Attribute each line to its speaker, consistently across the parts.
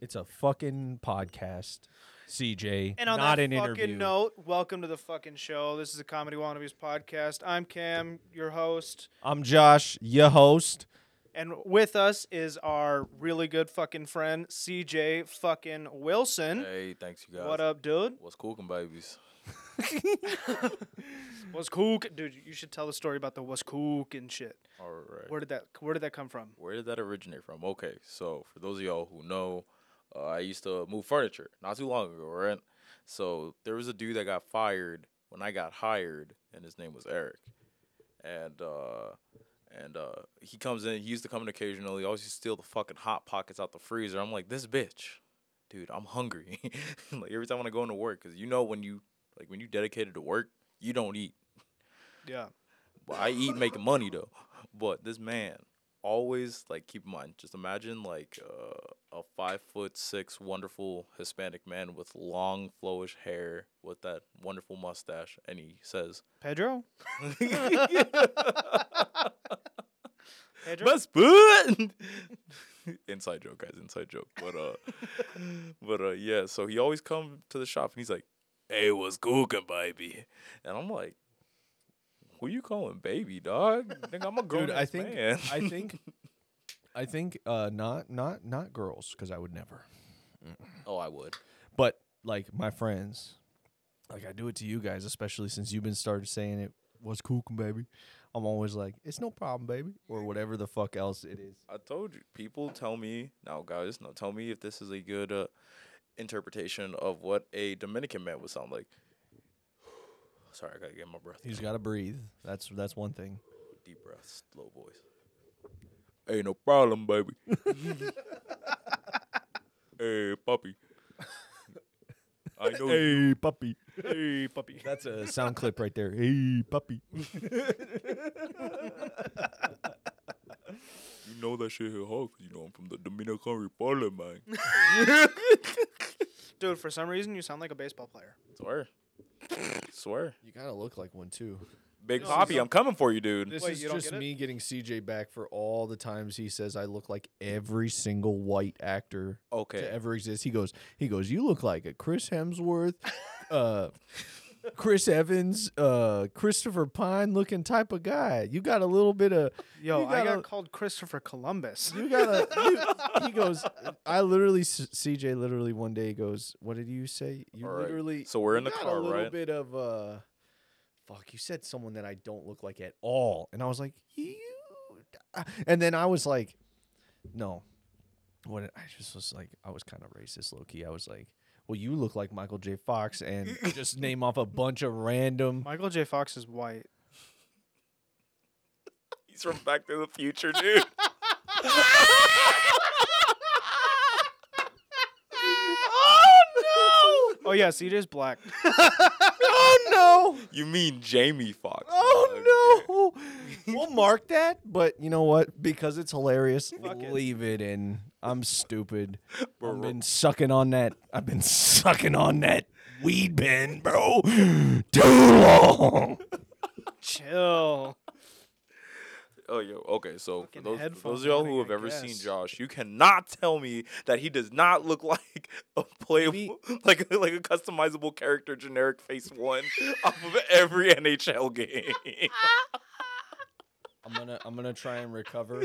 Speaker 1: It's a fucking podcast, CJ.
Speaker 2: And on
Speaker 1: not
Speaker 2: that
Speaker 1: an
Speaker 2: fucking
Speaker 1: interview.
Speaker 2: note, welcome to the fucking show. This is the Comedy Wannabes podcast. I'm Cam, your host,
Speaker 1: I'm Josh, your host.
Speaker 2: and with us is our really good fucking friend CJ fucking Wilson.
Speaker 3: Hey, thanks you guys.
Speaker 2: What up, dude?
Speaker 3: What's cooking, babies?
Speaker 2: What's cook, dude? You should tell the story about the what's cook and shit.
Speaker 3: All right.
Speaker 2: Where did that Where did that come from?
Speaker 3: Where did that originate from? Okay, so for those of y'all who know, uh, I used to move furniture not too long ago, right? So there was a dude that got fired when I got hired, and his name was Eric, and uh, and uh, he comes in. He used to come in occasionally. Always used to steal the fucking hot pockets out the freezer. I'm like, this bitch, dude. I'm hungry. like every time when I go into work, because you know when you like when you dedicated to work, you don't eat.
Speaker 2: Yeah.
Speaker 3: Well, I eat making money though. But this man always like keep in mind. Just imagine like uh, a five foot six wonderful Hispanic man with long flowish hair with that wonderful mustache, and he says,
Speaker 2: Pedro. Pedro.
Speaker 3: Rasputin. inside joke, guys. Inside joke. But uh, but uh, yeah. So he always come to the shop and he's like, "Hey, what's cooking, baby?" And I'm like, "Who you calling baby, dog? Nigga, I'm a grown
Speaker 1: Dude, I
Speaker 3: ass
Speaker 1: think
Speaker 3: man."
Speaker 1: I think I think uh not not not girls cuz I would never.
Speaker 3: oh, I would.
Speaker 1: But like my friends, like I do it to you guys especially since you've been started saying it was cool baby. I'm always like, it's no problem baby or whatever the fuck else it is.
Speaker 3: I told you. People tell me now, guys. Now tell me if this is a good uh, interpretation of what a Dominican man would sound like. Sorry, I gotta get my breath.
Speaker 1: He's got to breathe. That's that's one thing.
Speaker 3: deep breaths, low voice. Ain't no problem, baby. hey, puppy. I know. you-
Speaker 1: Hey puppy.
Speaker 2: Hey, puppy.
Speaker 1: That's a sound clip right there. Hey puppy.
Speaker 3: You know that shit hit hard 'cause you know I'm from the Dominican Republic, man.
Speaker 2: Dude, for some reason, you sound like a baseball player.
Speaker 3: Swear. Swear.
Speaker 1: You kind of look like one too.
Speaker 3: Big
Speaker 2: No,
Speaker 3: Poppy,
Speaker 2: no.
Speaker 3: I'm coming for you, dude.
Speaker 2: This
Speaker 1: This
Speaker 2: Wait,
Speaker 1: is
Speaker 2: you don't
Speaker 1: just
Speaker 2: get it?
Speaker 1: me getting CJ back for all the times he says I look like every single white actor to
Speaker 3: okay.
Speaker 1: ever exist. He goes, he goes, you look like a Chris Hemsworth, uh, Chris Evans, uh, Christopher Pine looking type of guy. You got a little bit of
Speaker 2: Yo,
Speaker 1: You
Speaker 2: I
Speaker 1: gotta-
Speaker 2: got called Christopher Columbus.
Speaker 1: you got a. you- he goes, I literally s- CJ literally one day goes, what did you say? You
Speaker 3: All right.
Speaker 1: literally
Speaker 3: So we're in
Speaker 1: you
Speaker 3: the
Speaker 1: got
Speaker 3: car,
Speaker 1: a little
Speaker 3: right?
Speaker 1: bit of uh, fuck. You said someone that I don't look like at all, and I was like, you. d- And then I was like, no. What I just was like, I was kind of racist, low key. I was like, well, you look like Michael J. Fox, and just name off a bunch of random.
Speaker 2: Michael J. Fox is white.
Speaker 3: He's from Back to the Future, dude. oh
Speaker 2: Oh yeah, CJ's black.
Speaker 1: Oh no!
Speaker 3: You mean Jamie Fox?
Speaker 1: Oh no! We'll mark that, but you know what? Because it's hilarious, leave it in. I'm stupid. I've been sucking on that. I've been sucking on that weed bin, bro, too long.
Speaker 2: Chill.
Speaker 3: Oh, yo. Okay, so for
Speaker 2: Fucking
Speaker 3: those, for
Speaker 2: headphone
Speaker 3: those of y'all
Speaker 2: warning,
Speaker 3: who have
Speaker 2: I
Speaker 3: ever seen
Speaker 2: guess.
Speaker 3: Josh, you cannot tell me that he does not look like a playable, like like a customizable character, generic face one off of every NHL game. Oh,
Speaker 1: I'm gonna, I'm gonna try and recover.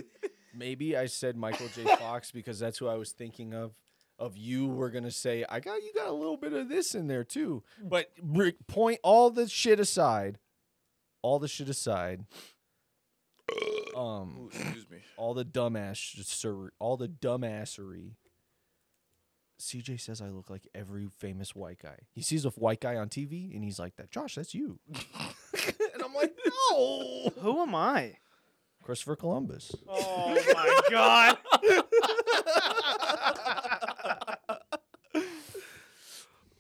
Speaker 1: Maybe I said Michael J. Fox because that's who I was thinking of. Of you were gonna say I got you got a little bit of this in there too. But re- point all the shit aside, all the shit aside. Um,
Speaker 3: Ooh, excuse me.
Speaker 1: all the dumbass sir, all the dumbassery. CJ says I look like every famous white guy. He sees a white guy on TV and he's like, "That Josh, that's you." and I'm like, "No,
Speaker 2: Who am I?
Speaker 1: Christopher Columbus."
Speaker 2: Oh my god.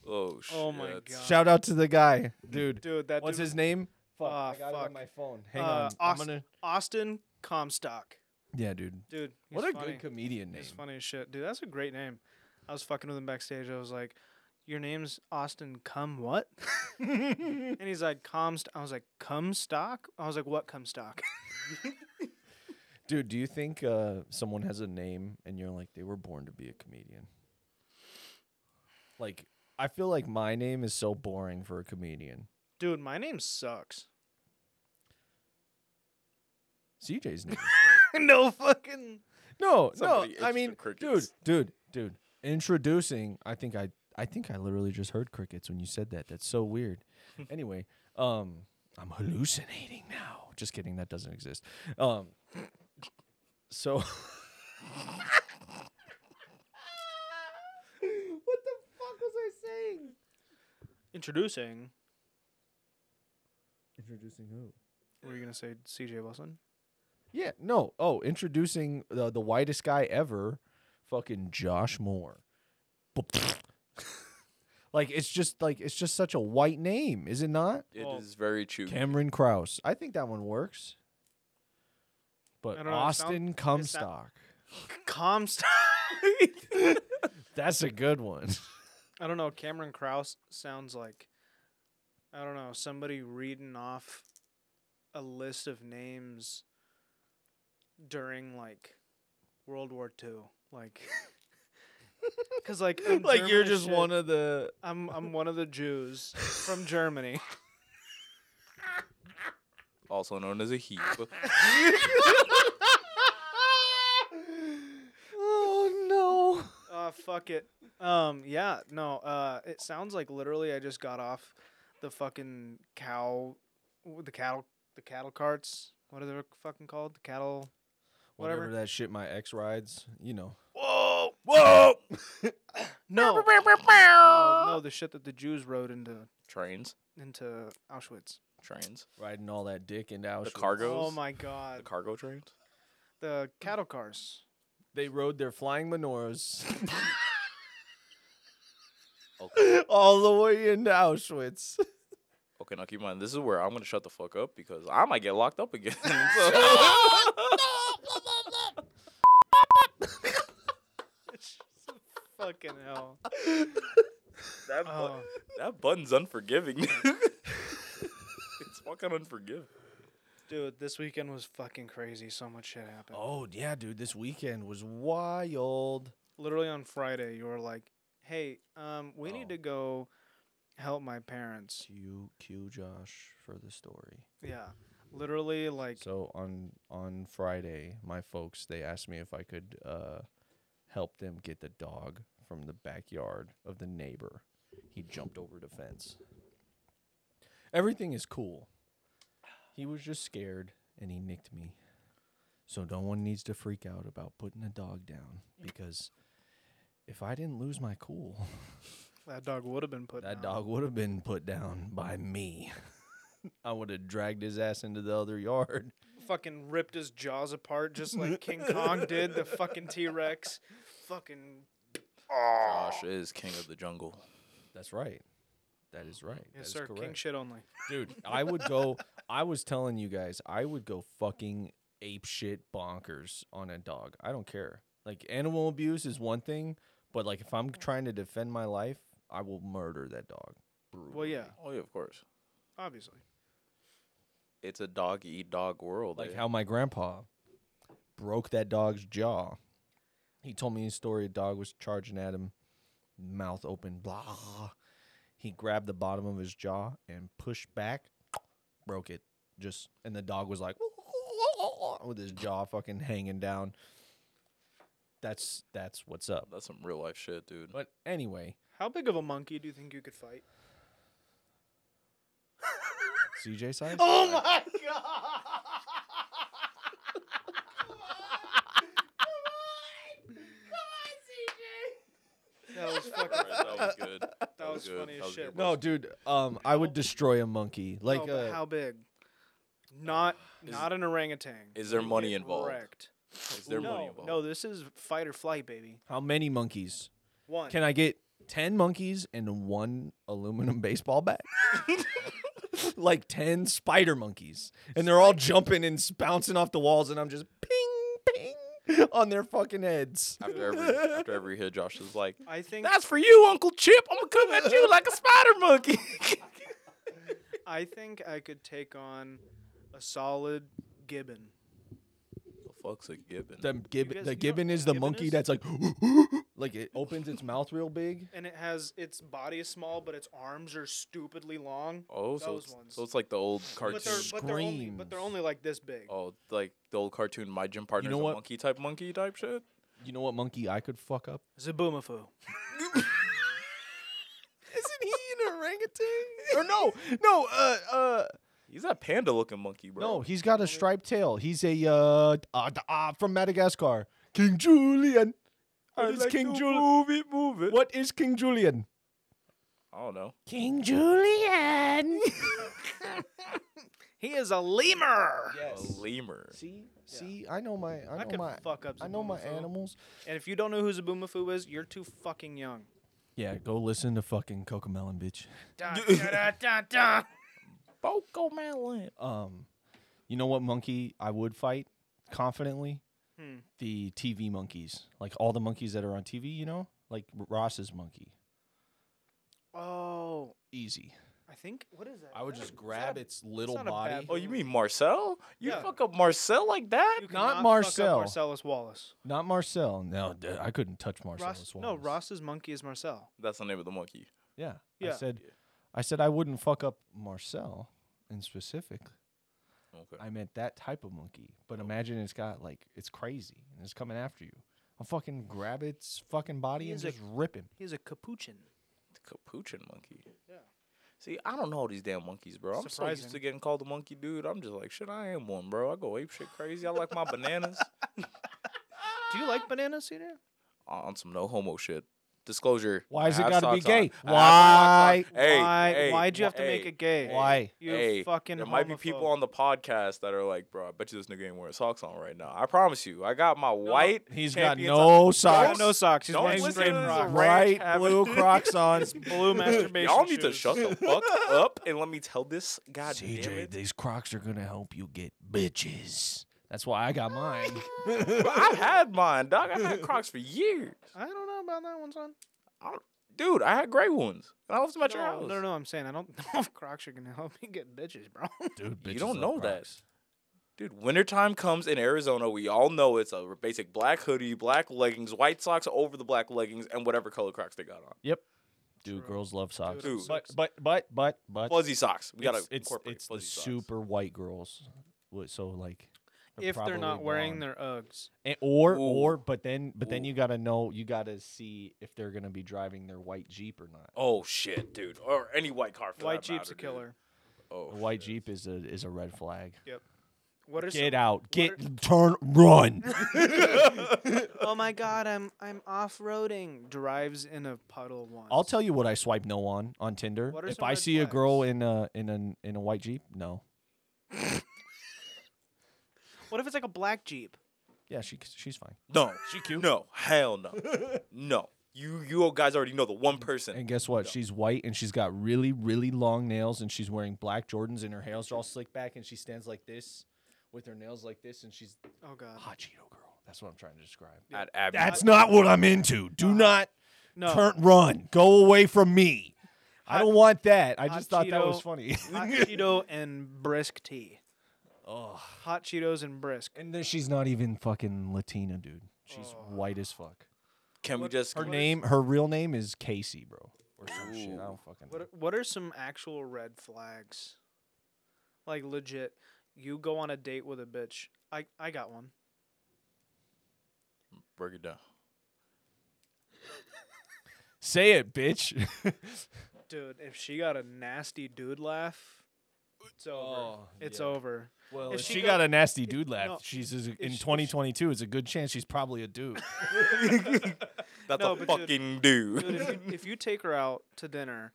Speaker 3: Oh shit.
Speaker 2: Oh my god.
Speaker 1: Shout out to the guy, dude.
Speaker 2: Dude, that
Speaker 1: What's
Speaker 2: dude,
Speaker 1: his name? Fuck,
Speaker 2: Ah,
Speaker 1: I got it
Speaker 2: fuck.
Speaker 1: on my phone. Hang
Speaker 2: uh,
Speaker 1: on, I'm
Speaker 2: Austin,
Speaker 1: gonna.
Speaker 2: Austin Comstock.
Speaker 1: Yeah, dude.
Speaker 2: Dude, he's
Speaker 1: What a
Speaker 2: funny.
Speaker 1: good comedian name.
Speaker 2: He's funny as shit. Dude, that's a great name. I was fucking with him backstage. I was like, "Your name's Austin Cum what?" and he's like, "Comst." I was like, "Comstock." I was like, "What Comstock?"
Speaker 1: Dude, do you think uh, someone has a name and you're like, they were born to be a comedian? Like I feel like my name is so boring for a comedian.
Speaker 2: Dude, my name sucks.
Speaker 1: CJ's name.
Speaker 2: no fucking.
Speaker 1: No,
Speaker 3: Somebody
Speaker 1: no. I
Speaker 3: itched
Speaker 1: mean,
Speaker 3: the crickets.
Speaker 1: dude, dude, dude. Introducing. I think I, I think I literally just heard crickets when you said that. That's so weird. anyway, um, I'm hallucinating now. Just kidding. That doesn't exist. Um, so. what the fuck was I saying?
Speaker 2: Introducing.
Speaker 1: Introducing who?
Speaker 2: Were you gonna say C.J. Wilson?
Speaker 1: Yeah. No. Oh, introducing the the whitest guy ever, fucking Josh Moore. Bp- like it's just like it's just such a white name, is it not?
Speaker 3: It is
Speaker 2: Well,
Speaker 3: very true.
Speaker 1: Cameron Kraus. I think that one works. But
Speaker 2: I don't know, it sound-
Speaker 1: Austin Comstock.
Speaker 2: Comstock.
Speaker 1: That's a good one.
Speaker 2: I don't know. Cameron Kraus sounds like, I don't know, somebody reading off a list of names during like World War Two, like, because like I'm German as shit.
Speaker 1: of the
Speaker 2: I'm I'm one of the Jews from Germany.
Speaker 3: Also known as a heap.
Speaker 1: Oh no.
Speaker 2: Uh, fuck it. Um, yeah, no. Uh, it sounds like literally I just got off the fucking cow, w- the cattle, the cattle carts. What are they fucking called? The cattle.
Speaker 1: Whatever.
Speaker 2: Whatever.
Speaker 1: that shit my ex rides, you know.
Speaker 2: Whoa!
Speaker 3: Whoa!
Speaker 2: No. no, no, the shit that the Jews rode into
Speaker 3: Trains.
Speaker 2: into Auschwitz.
Speaker 3: Trains.
Speaker 1: Riding all that dick into Auschwitz.
Speaker 3: cargo-
Speaker 2: Oh
Speaker 3: Goes.
Speaker 2: my
Speaker 3: The
Speaker 2: god,
Speaker 3: cargo trains.
Speaker 2: the cattle cars.
Speaker 1: They rode their flying menorahs
Speaker 3: Okay.
Speaker 1: all the way into Auschwitz.
Speaker 3: Okay, now keep in mind, this is where I'm gonna shut the fuck up because I might get locked up again. So-
Speaker 2: Fucking hell.
Speaker 3: that, bu-
Speaker 2: Oh,
Speaker 3: that button's unforgiving. it's fucking unforgiving.
Speaker 2: dude, this weekend was fucking crazy. So much shit happened.
Speaker 1: Oh yeah, dude, this weekend was wild.
Speaker 2: literally on Friday, you were like, "Hey, um, we
Speaker 1: Oh.
Speaker 2: need to go help my parents."
Speaker 1: Q Q Josh for the story.
Speaker 2: Yeah, literally, like,
Speaker 1: So on on Friday, my folks they asked me if I could uh, help them get the dog from the backyard of the neighbor. He jumped over the fence. Everything is cool. He was just scared and he nicked me. So no one needs to freak out about putting a dog down because if I didn't lose my cool,
Speaker 2: that dog would have been put.
Speaker 1: that
Speaker 2: down.
Speaker 1: dog would have been put down by me. I would have dragged his ass into the other yard.
Speaker 2: fucking ripped his jaws apart, just like King Kong did the fucking T Rex. Fucking,
Speaker 3: Josh is king of the jungle.
Speaker 1: That's right. That is right. That
Speaker 2: yes,
Speaker 1: is
Speaker 2: sir, king
Speaker 1: correct.
Speaker 2: shit only.
Speaker 1: Dude, I would go I was telling you guys, I would go fucking ape shit bonkers on a dog. I don't care. Like animal abuse is one thing, but like if I'm trying to defend my life, I will murder that dog.
Speaker 2: Well, yeah,
Speaker 3: Oh yeah, of course.
Speaker 2: obviously.
Speaker 3: It's a dog eat dog world.
Speaker 1: Like
Speaker 3: eh?
Speaker 1: how my grandpa broke that dog's jaw. He told me a story. A dog was charging at him, mouth open, blah. He grabbed the bottom of his jaw and pushed back, broke it. Just and the dog was like with his jaw fucking hanging down. That's that's what's up.
Speaker 3: that's some real life shit, dude.
Speaker 1: But anyway,
Speaker 2: How big of a monkey do you think you could fight?
Speaker 1: CJ size.
Speaker 2: Oh my god! That was fucking.
Speaker 3: Alright, that was good. That,
Speaker 2: was
Speaker 3: good.
Speaker 2: funny as
Speaker 3: was
Speaker 2: shit.
Speaker 3: good, bro.
Speaker 1: No, dude. Um, I would destroy a monkey. Like,
Speaker 2: No, but
Speaker 1: uh,
Speaker 2: how big? Not
Speaker 3: Is-
Speaker 2: not an orangutan.
Speaker 3: Is there
Speaker 2: You
Speaker 3: money
Speaker 2: get
Speaker 3: involved?
Speaker 2: wrecked.
Speaker 3: Is there
Speaker 2: no,
Speaker 3: money involved?
Speaker 2: no, this is fight or flight, baby.
Speaker 1: how many monkeys?
Speaker 2: One.
Speaker 1: Can I get 10 monkeys and one aluminum baseball bat? like 10 spider monkeys. And they're all jumping and bouncing off the walls, and I'm just ping, ping on their fucking heads.
Speaker 3: After every after every hit, Josh is like,
Speaker 2: I think
Speaker 3: "That's for you, Uncle Chip. I'm gonna come at you like a spider monkey."
Speaker 2: I think I could take on a solid gibbon.
Speaker 3: fuck's a gibbon?
Speaker 1: The
Speaker 2: guys
Speaker 1: gibbon,
Speaker 2: know
Speaker 1: the
Speaker 2: what
Speaker 1: gibbon
Speaker 2: a
Speaker 1: is the
Speaker 2: gibbon
Speaker 1: monkey
Speaker 2: is?
Speaker 1: that's like, like it opens its mouth real big.
Speaker 2: and it has its body is small, but its arms are stupidly long.
Speaker 3: oh, so
Speaker 2: those
Speaker 3: it's,
Speaker 2: ones.
Speaker 3: so it's like the old cartoon.
Speaker 2: But they're, but they're only but they're
Speaker 1: Screams.
Speaker 2: only like this big.
Speaker 3: oh, like the old cartoon. My gym partner's
Speaker 1: know
Speaker 3: a
Speaker 1: what?
Speaker 3: monkey type monkey type shit.
Speaker 1: You know what monkey I could fuck up?
Speaker 2: Zaboomafu.
Speaker 1: Isn't he an orangutan? or no, no, uh, uh,
Speaker 3: He's that panda looking monkey, bro.
Speaker 1: no, he's got a striped tail. He's a uh, uh, d- ah, from Madagascar. King Julian.
Speaker 3: I
Speaker 1: What is
Speaker 3: like
Speaker 1: King
Speaker 3: to
Speaker 1: Julian?
Speaker 3: Move it, move it.
Speaker 1: What is King Julian?
Speaker 3: I don't know.
Speaker 1: King Julian.
Speaker 2: He is a lemur.
Speaker 3: A lemur.
Speaker 1: See, see, I know my, I
Speaker 2: I,
Speaker 1: know
Speaker 2: could
Speaker 1: my,
Speaker 2: fuck up.
Speaker 1: I know my
Speaker 2: Zabumafu.
Speaker 1: animals.
Speaker 2: And if you don't know who Zaboomafu is, you're too fucking young.
Speaker 1: Yeah, go listen to fucking Cocomelon, bitch.
Speaker 2: Da, da, da, da, da.
Speaker 3: Boko melon.
Speaker 1: Um, you know what monkey I would fight confidently?
Speaker 2: Hmm.
Speaker 1: The TV monkeys, like all the monkeys that are on TV. You know, like R- Ross's monkey.
Speaker 2: Oh,
Speaker 1: Easy.
Speaker 2: I think what is that?
Speaker 1: I would
Speaker 2: Is
Speaker 1: just
Speaker 2: that-
Speaker 1: grab
Speaker 2: is that-
Speaker 1: its little
Speaker 2: not a
Speaker 1: body.
Speaker 2: bad
Speaker 3: Oh, you mean Marcel? You
Speaker 2: Yeah.
Speaker 3: fuck up Marcel like that?
Speaker 2: you
Speaker 1: not
Speaker 2: cannot fuck up
Speaker 1: Marcel.
Speaker 2: Marcellus Wallace.
Speaker 1: Not Marcel. No, d- I couldn't touch Marcel.
Speaker 2: Ross, no, Ross's monkey is Marcel.
Speaker 3: That's the name of the monkey.
Speaker 1: Yeah. I
Speaker 2: Yeah.
Speaker 1: said, I said I wouldn't fuck up Marcel in specific.
Speaker 3: Okay.
Speaker 1: I meant that type of monkey. But
Speaker 2: Oh.
Speaker 1: imagine it's got like it's crazy and it's coming after you. I'll fucking grab its fucking body
Speaker 2: He
Speaker 1: and
Speaker 2: is a-
Speaker 1: just rip him.
Speaker 2: He's a capuchin.
Speaker 3: The capuchin monkey.
Speaker 2: Yeah.
Speaker 3: See, I don't know all these damn monkeys, bro. I'm so used to
Speaker 2: Surprising.
Speaker 3: getting called a monkey dude. I'm just like, shit, I am one, bro. I go ape shit crazy. I like my bananas
Speaker 2: Do you like bananas, Cedar?
Speaker 3: on some no homo shit. Disclosure.
Speaker 1: Why is
Speaker 3: I
Speaker 1: it
Speaker 3: have
Speaker 1: gotta be
Speaker 3: socks on.
Speaker 1: gay?
Speaker 3: I have socks on.
Speaker 1: Why?
Speaker 3: Hey,
Speaker 2: why?
Speaker 3: hey,
Speaker 2: why'd you
Speaker 3: wh-
Speaker 2: have to make
Speaker 3: hey,
Speaker 2: a gay?
Speaker 1: Why?
Speaker 2: You
Speaker 3: hey,
Speaker 2: fucking.
Speaker 3: There might be people on the podcast that are like, bro, I bet you this nigga ain't wearing socks on right now. I promise you. I got my white.
Speaker 1: He's
Speaker 3: He's
Speaker 1: got no
Speaker 2: I
Speaker 1: socks.
Speaker 2: got no socks. He's
Speaker 3: Don't
Speaker 2: wearing
Speaker 3: listen
Speaker 2: straight
Speaker 3: to this
Speaker 2: Crocs.
Speaker 3: rap.
Speaker 1: Bright
Speaker 3: Ranch
Speaker 1: blue
Speaker 3: habit.
Speaker 1: Crocs on.
Speaker 2: Blue masturbation.
Speaker 3: Y'all need to
Speaker 2: shoes.
Speaker 3: shut the fuck up and let me tell this. God damn
Speaker 1: CJ,
Speaker 3: it.
Speaker 1: these Crocs are gonna help you get bitches. That's why I got mine.
Speaker 3: Bro, I've had mine, dog. I've had Crocs for years.
Speaker 2: I don't know about that one, son.
Speaker 3: I don't- dude, I had gray ones. And I left them at your
Speaker 2: no,
Speaker 3: house.
Speaker 2: no, no, no, I'm saying I don't know if Crocs are gonna help me get bitches, bro.
Speaker 1: Dude,
Speaker 3: You
Speaker 1: bitches
Speaker 3: don't
Speaker 1: love
Speaker 3: know that.
Speaker 1: Crocs.
Speaker 3: Dude, wintertime comes in Arizona. We all know it's a basic black hoodie, black leggings, white socks over the black leggings, and whatever color Crocs they got on.
Speaker 1: Dude,
Speaker 2: True.
Speaker 1: girls love socks.
Speaker 3: Dude. I'm
Speaker 1: But
Speaker 2: sexy.
Speaker 1: but but but but
Speaker 3: Fuzzy socks. We gotta
Speaker 1: it's, it's,
Speaker 3: incorporate
Speaker 1: it's the
Speaker 3: fuzzy socks.
Speaker 1: super white girls. Wh- So like,
Speaker 2: if they're not
Speaker 1: probably
Speaker 2: wearing
Speaker 1: blonde.
Speaker 2: their Uggs,
Speaker 1: And- or
Speaker 3: Ooh.
Speaker 1: or but then but then
Speaker 3: Ooh.
Speaker 1: you gotta know you gotta see if they're gonna be driving their white jeep or not.
Speaker 3: Oh shit, dude. Or any white car for
Speaker 2: white
Speaker 3: that
Speaker 2: Jeep's
Speaker 3: matter,
Speaker 2: a
Speaker 3: dude.
Speaker 2: killer.
Speaker 3: Oh,
Speaker 1: A white
Speaker 3: shit.
Speaker 1: jeep is a is a red flag.
Speaker 2: What are some-
Speaker 1: Get out. Get
Speaker 2: are-
Speaker 1: turn run.
Speaker 2: oh my god, I'm I'm off roading. Drives in a puddle once.
Speaker 1: I'll tell you what I swipe no on on Tinder.
Speaker 2: What are
Speaker 1: If
Speaker 2: some
Speaker 1: I
Speaker 2: red
Speaker 1: see a girl
Speaker 2: flags?
Speaker 1: in a in an in a white jeep, no.
Speaker 2: What if it's like a black Jeep?
Speaker 1: Yeah, she she's fine.
Speaker 3: No. She cute. No. Hell no. no. You you guys already know the one person.
Speaker 1: And guess what? She's white and she's got really, really long nails and she's wearing black Jordans and her hair's all slicked back and she stands like this with her nails like this and she's
Speaker 2: Oh god.
Speaker 1: hot Cheeto girl. That's what I'm trying to describe.
Speaker 3: At Abby.
Speaker 1: That's not what I'm into. Do not
Speaker 2: No.
Speaker 1: turn run. Go away from me. I don't want that. I
Speaker 2: hot
Speaker 1: just thought that was
Speaker 2: Cheeto-
Speaker 1: funny.
Speaker 2: Hot Cheeto and brisk tea.
Speaker 1: Ugh.
Speaker 2: Hot Cheetos and brisk.
Speaker 1: And then she's not even fucking Latina, dude. She's
Speaker 2: Oh.
Speaker 1: white as fuck.
Speaker 3: Can we just
Speaker 1: Her name, her real name is Casey, bro. Or some shit. I
Speaker 3: Ooh.
Speaker 1: don't fucking
Speaker 2: What
Speaker 1: know.
Speaker 2: are, what are some actual red flags? Like legit, you go on a date with a bitch. I I got one.
Speaker 3: break it down?
Speaker 1: Say it, bitch.
Speaker 2: Dude, if she got a nasty dude laugh, it's over.
Speaker 1: Oh,
Speaker 2: it's
Speaker 1: yeah.
Speaker 2: over.
Speaker 1: Well,
Speaker 2: If
Speaker 1: if she,
Speaker 2: she
Speaker 1: got a nasty dude laugh,
Speaker 2: no,
Speaker 1: she's is,
Speaker 2: if
Speaker 1: in
Speaker 2: she-
Speaker 1: 2022. It's a good chance she's probably a dude.
Speaker 3: That's
Speaker 2: No,
Speaker 3: a
Speaker 2: but dude-
Speaker 3: fucking dude.
Speaker 2: Dude, if you, if you take her out to dinner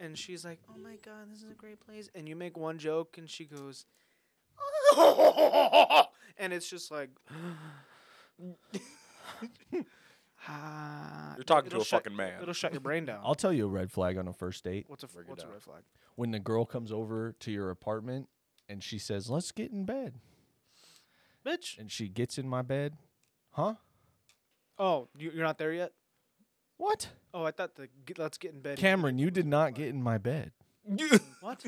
Speaker 2: and she's like, "Oh my god, this is a great place." And you make one joke and she goes, and it's just like Ah,
Speaker 3: You're talking to
Speaker 2: it'll
Speaker 3: a
Speaker 2: shut-
Speaker 3: fucking man.
Speaker 2: It'll shut your brain down.
Speaker 1: I'll tell you a red flag on a first date
Speaker 2: what's a f-
Speaker 3: Break it
Speaker 2: what's a
Speaker 3: down.
Speaker 2: red flag?
Speaker 1: when the girl comes over to your apartment and she says, "Let's get in bed,"
Speaker 2: Bitch.
Speaker 1: and she gets in my bed, huh?
Speaker 2: Oh, you, you're not there yet.
Speaker 1: What,
Speaker 2: Oh, I thought the get, let's get in bed.
Speaker 1: Cameron? You did not get in my bed.
Speaker 2: What?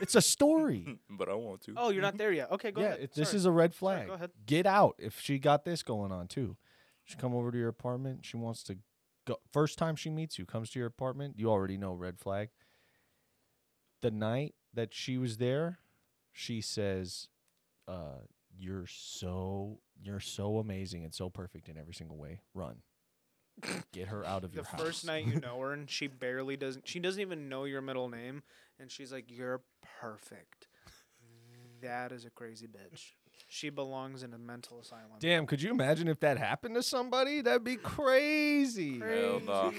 Speaker 1: It's a story.
Speaker 3: but I want to.
Speaker 2: Oh, you're not there yet. Okay, go
Speaker 1: yeah,
Speaker 2: ahead.
Speaker 1: it- this
Speaker 2: Sorry.
Speaker 1: is a red
Speaker 2: Sorry,
Speaker 1: flag.
Speaker 2: go ahead.
Speaker 1: Get out if she got this going on too. She come over to your apartment. She wants to go. First time she meets you, comes to your apartment. You already know red flag. The night that she was there, she says, uh, "You're so you're so amazing and so perfect in every single way. Run, get her out of
Speaker 2: the
Speaker 1: your house."
Speaker 2: first night you know her and she barely doesn't she doesn't even know your middle name and she's like you're perfect that is a crazy bitch she belongs in a mental asylum
Speaker 1: Damn, could you imagine if that happened to somebody? That'd be crazy.
Speaker 3: Hell no.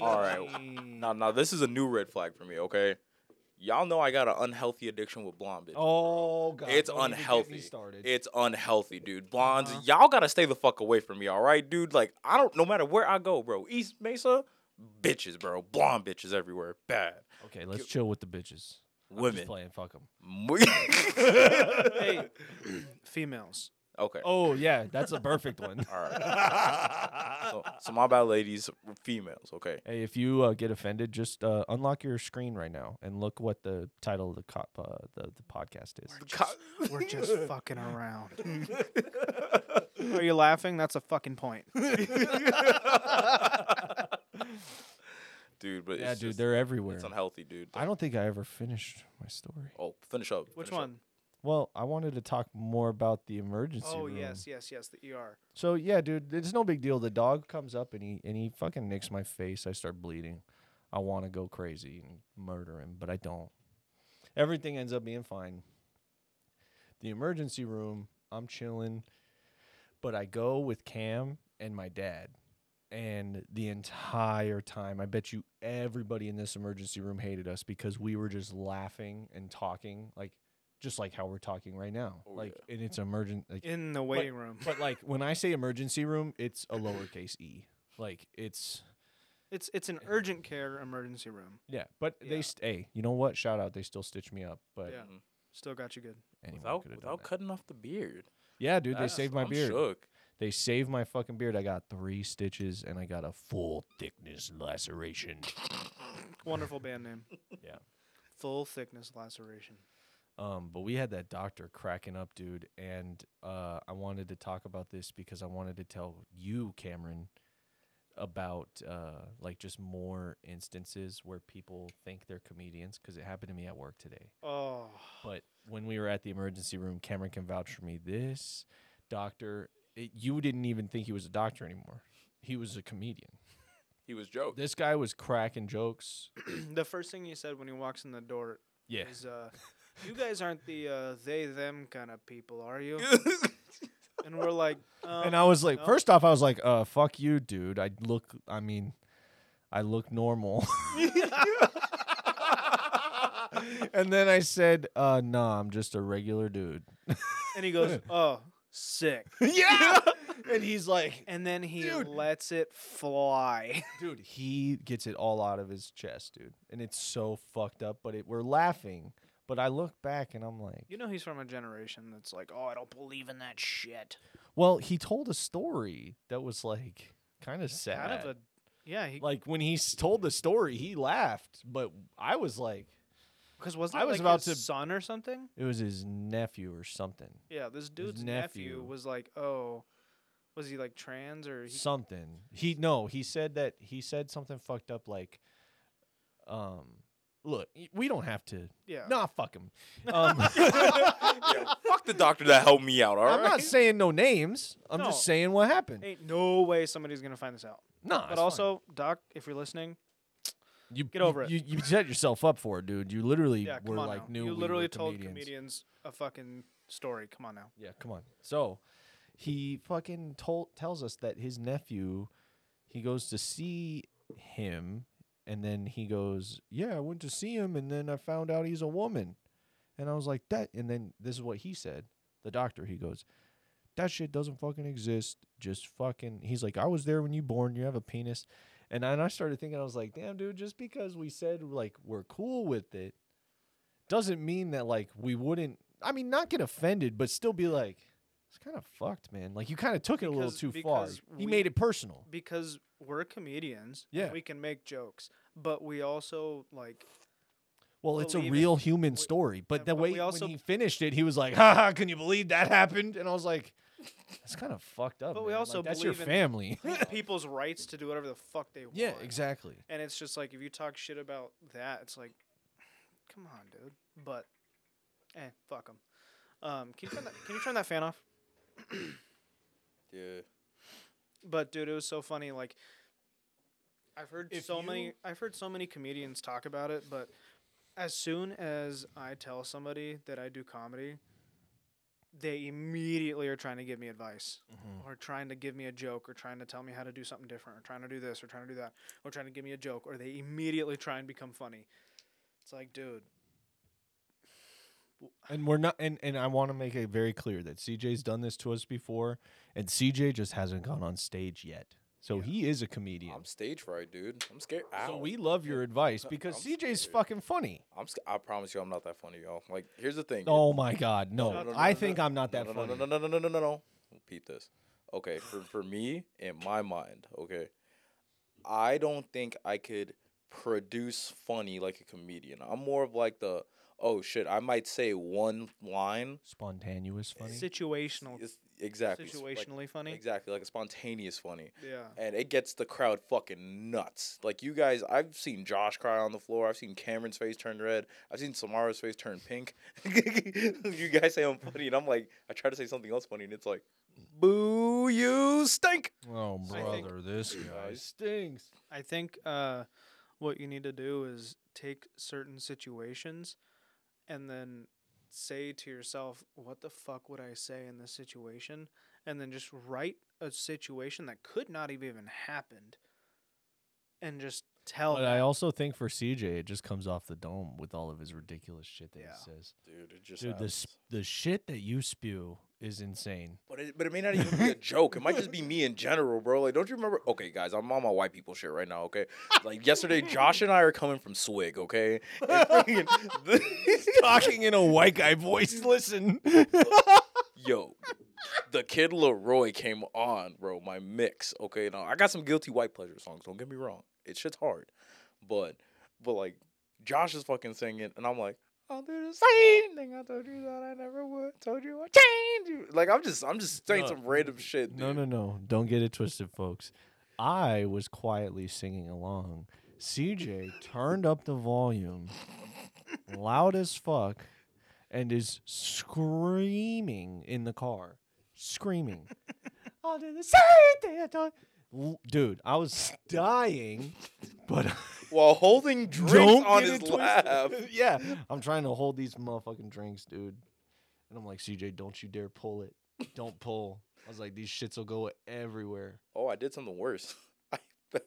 Speaker 3: All right. Now, now this is a new red flag for me. Okay, y'all know I got an unhealthy addiction with blonde bitches.
Speaker 1: Oh god,
Speaker 3: It's
Speaker 1: don't even get me
Speaker 3: unhealthy.
Speaker 1: started.
Speaker 3: It's unhealthy, dude. Blondes,
Speaker 2: Uh-huh.
Speaker 3: y'all gotta stay the fuck away from me, all right, dude. Like I don't, no matter where I go, bro. East Mesa, bitches, bro. Blonde bitches everywhere. Bad
Speaker 1: okay, let's chill with the bitches. I'm just
Speaker 3: women.
Speaker 1: playing fuck them.
Speaker 2: hey females
Speaker 3: okay.
Speaker 1: Oh yeah, that's a perfect one.
Speaker 3: All right. So, so my bad, ladies, females. Okay.
Speaker 1: Hey, if you uh, get offended, just uh, unlock your screen right now and look what the title of the cop, uh, the the podcast is.
Speaker 3: Co-
Speaker 2: we're just fucking around are you laughing that's a fucking point
Speaker 3: dude, but
Speaker 1: Yeah,
Speaker 3: it's
Speaker 1: dude,
Speaker 3: just-
Speaker 1: they're everywhere.
Speaker 3: it's unhealthy, dude.
Speaker 1: I don't think I ever finished my story.
Speaker 3: Oh, finish up.
Speaker 2: which
Speaker 3: finish up.
Speaker 2: one?
Speaker 1: Well, I wanted to talk more about the emergency
Speaker 2: Oh
Speaker 1: room.
Speaker 2: yes yes yes the er
Speaker 1: So yeah, dude, it's no big deal. The dog comes up and he and he fucking nicks my face. I start bleeding. I want to go crazy and murder him, but I don't. Everything ends up being fine. The emergency room, I'm chilling, but I go with Cam and my dad. And the entire time, I bet you everybody in this emergency room hated us because we were just laughing and talking, like just like how we're talking right now.
Speaker 3: Oh,
Speaker 1: like, and it's emergent. Like,
Speaker 2: in the waiting room
Speaker 1: but like when I say emergency room, it's a lowercase e. Like it's
Speaker 2: it's it's an urgent care emergency room
Speaker 1: yeah. But
Speaker 2: Yeah.
Speaker 1: they stay. You know what? Shout out. They still stitch me up. But
Speaker 2: Yeah.
Speaker 3: Mhm.
Speaker 2: still got you good
Speaker 1: anyone
Speaker 3: Without,
Speaker 1: coulda done
Speaker 3: without
Speaker 1: that.
Speaker 3: cutting off the beard.
Speaker 1: Yeah, dude. They
Speaker 3: That's-
Speaker 1: saved my
Speaker 3: I'm
Speaker 1: beard.
Speaker 3: Shook.
Speaker 1: They saved my fucking beard. I got three stitches and I got a full thickness laceration.
Speaker 2: wonderful band name
Speaker 1: Yeah.
Speaker 2: full thickness laceration
Speaker 1: Um, but we had that doctor cracking up, dude. And uh, I wanted to talk about this because I wanted to tell you, Cameron, about uh, like just more instances where people think they're comedians because it happened to me at work today.
Speaker 2: Oh,
Speaker 1: But when we were at the emergency room, Cameron can vouch for me. This doctor, it, you didn't even think he was a doctor anymore. He was a comedian.
Speaker 3: He was joking.
Speaker 1: This guy was cracking jokes.
Speaker 2: the first thing he said when he walks in the door
Speaker 1: Yeah.
Speaker 2: is, uh, "You guys aren't the uh, they them kind of people, are you?" And we're like, um,
Speaker 1: and I was like,
Speaker 2: no.
Speaker 1: first off, I was like, uh, fuck you, dude. I look, I mean, I look normal. and then I said, uh, nah, I'm just a regular dude.
Speaker 2: and he goes, "Oh, sick."
Speaker 1: yeah. and he's like,
Speaker 2: And then he
Speaker 1: Dude.
Speaker 2: lets it fly.
Speaker 1: dude, he gets it all out of his chest, dude. And it's so fucked up, but it, we're laughing. But I look back and I'm like,
Speaker 2: you know, he's from a generation that's like, "Oh, I don't believe in that shit."
Speaker 1: well, he told a story that was like kind of sad.
Speaker 2: Kind of a, yeah, he
Speaker 1: like when he s- told the story, he laughed, but I was like,
Speaker 2: because wasn't
Speaker 1: I
Speaker 2: it
Speaker 1: was
Speaker 2: like
Speaker 1: about
Speaker 2: his
Speaker 1: to-
Speaker 2: son or something?
Speaker 1: It was his nephew or something.
Speaker 2: Yeah, this dude's nephew.
Speaker 1: nephew.
Speaker 2: was like, "Oh, was he like trans or he
Speaker 1: something. He no, he said that he said something fucked up like um look, y- we don't have to
Speaker 2: yeah?"
Speaker 1: nah fuck him. Um,
Speaker 3: yeah, fuck the doctor that helped me out, all
Speaker 1: I'm not
Speaker 3: right?
Speaker 1: saying no names. I'm
Speaker 2: No.
Speaker 1: just saying what happened.
Speaker 2: Ain't no way somebody's gonna find this out.
Speaker 1: Nah, it's
Speaker 2: But
Speaker 1: fine.
Speaker 2: also, Doc, if you're listening,
Speaker 1: you
Speaker 2: get over
Speaker 1: you, You, you set yourself up for it, dude. You literally
Speaker 2: yeah,
Speaker 1: were
Speaker 2: come on
Speaker 1: like
Speaker 2: now.
Speaker 1: new.
Speaker 2: you literally told comedians a fucking story. Come on now.
Speaker 1: Yeah, come on. So he fucking told tells us that his nephew he goes to see him and then he goes, "Yeah, I went to see him and then I found out he's a woman." And I was like, "That." And then this is what he said, the doctor, he goes, "That shit doesn't fucking exist. Just fucking." He's like, "I was there when you born. You have a penis." And I, and I started thinking I was like, "Damn, dude, just because we said like we're cool with it doesn't mean that like we wouldn't I mean not get offended, but still be like, it's kind of fucked, man. Like you kind of took it a little
Speaker 2: Because-
Speaker 1: too far.
Speaker 2: because
Speaker 1: He
Speaker 2: we-
Speaker 1: made it personal.
Speaker 2: Because we're comedians. and
Speaker 1: Yeah.
Speaker 2: We can make jokes, but we also like
Speaker 1: Well, it's a
Speaker 2: believe it.
Speaker 1: real human
Speaker 2: We-
Speaker 1: story, but
Speaker 2: yeah,
Speaker 1: the
Speaker 2: but
Speaker 1: way
Speaker 2: we also-
Speaker 1: when he finished it, he was like, "Ha ha! Can you believe that happened?" And I was like, "That's kind of fucked up."
Speaker 2: But we
Speaker 1: man. Like,
Speaker 2: also
Speaker 1: that's your
Speaker 2: believe in-
Speaker 1: family.
Speaker 2: people's rights to do whatever the fuck they want.
Speaker 1: yeah, exactly.
Speaker 2: And it's just like if you talk shit about that, it's like, come on, dude. But, eh, fuck them. Um, can you turn that? Can you turn that fan off?
Speaker 3: Yeah.
Speaker 2: But dude, it was so funny. Like, I've heard
Speaker 1: If
Speaker 2: so many.
Speaker 1: you-
Speaker 2: I've heard so many comedians talk about it. But as soon as I tell somebody that I do comedy, they immediately are trying to give me advice. or trying to give me a joke or trying to tell me how to do something different or trying to do this or trying to do that or trying to give me a joke or they immediately try and become funny. It's like, dude,
Speaker 1: And we're not. And and I want to make it very clear that CJ's done this to us before, and CJ just hasn't gone on stage yet. So
Speaker 2: Yeah.
Speaker 1: he is a comedian.
Speaker 3: I'm stage fright, dude. I'm scared. Ow.
Speaker 1: So we love your
Speaker 2: Uh,
Speaker 1: advice
Speaker 3: No,
Speaker 1: because
Speaker 3: I'm
Speaker 1: CJ's
Speaker 3: scared.
Speaker 1: fucking funny.
Speaker 3: I'm. Sc- I promise you, I'm not that funny, y'all. Like, here's the thing.
Speaker 1: Oh my god, no!
Speaker 2: no, no,
Speaker 1: I
Speaker 2: no,
Speaker 1: think
Speaker 3: no.
Speaker 1: I'm not
Speaker 3: No,
Speaker 1: that
Speaker 3: no,
Speaker 1: funny.
Speaker 3: No, no, no, no, no, no, no, no. Repeat this. Okay, for for me, in my mind, okay, I don't think I could produce funny like a comedian. I'm more of like the oh shit. I might say one line.
Speaker 1: Spontaneous funny.
Speaker 2: situational,
Speaker 3: It's exactly s- like-
Speaker 2: situationally funny.
Speaker 3: exactly like a spontaneous funny.
Speaker 2: Yeah.
Speaker 3: and it gets the crowd fucking nuts. Like you guys, I've seen Josh cry on the floor. I've seen Cameron's face turn red. I've seen Samara's face turn pink. you guys say I'm funny, and I'm like, I try to say something else funny, and it's like, boo, you stink.
Speaker 1: Oh
Speaker 2: I think-
Speaker 1: brother, this guy stinks.
Speaker 2: I think uh, what you need to do is take certain situations and then say to yourself, what the fuck would I say in this situation? And then just write a situation that could not have even happened and just tell
Speaker 1: But I
Speaker 2: that.
Speaker 1: also think for CJ, it just comes off the dome with all of his ridiculous shit that
Speaker 2: Yeah.
Speaker 1: he says.
Speaker 3: Dude, it just
Speaker 1: Dude, the
Speaker 3: happens.
Speaker 1: sp- the shit that you spew is insane.
Speaker 3: But it, but it may not even be a joke. It might just be me in general, bro. Like, don't you remember? Okay, guys, I'm on my white people shit right now. Okay, like yesterday, Josh and I are coming from Swig. Okay, And freaking-
Speaker 1: Talking in a white guy voice. Listen,
Speaker 3: yo, the kid Leroy came on, bro. My mix, okay. Now I got some guilty white pleasure songs. Don't get me wrong, it shit's hard, but but like Josh is fucking singing, and I'm like, I'll do the same thing. I told you that I never would. Told you I changed. You. Like I'm just I'm just saying
Speaker 1: No.
Speaker 3: some random shit. Dude.
Speaker 1: no, no, no! Don't get it twisted, folks. I was quietly singing along. CJ turned up the volume, loud as fuck, and is screaming in the car, screaming. I'll do the same thing I told. L- Dude, I was dying, but.
Speaker 3: While holding drinks
Speaker 1: Don't
Speaker 3: on
Speaker 1: get
Speaker 3: his
Speaker 1: it twisted.
Speaker 3: lap.
Speaker 1: yeah, I'm trying to hold these motherfucking drinks, dude. And I'm like, CJ, don't you dare pull it. Don't pull. I was like, these shits will go everywhere.
Speaker 3: Oh, I did something worse. I pumped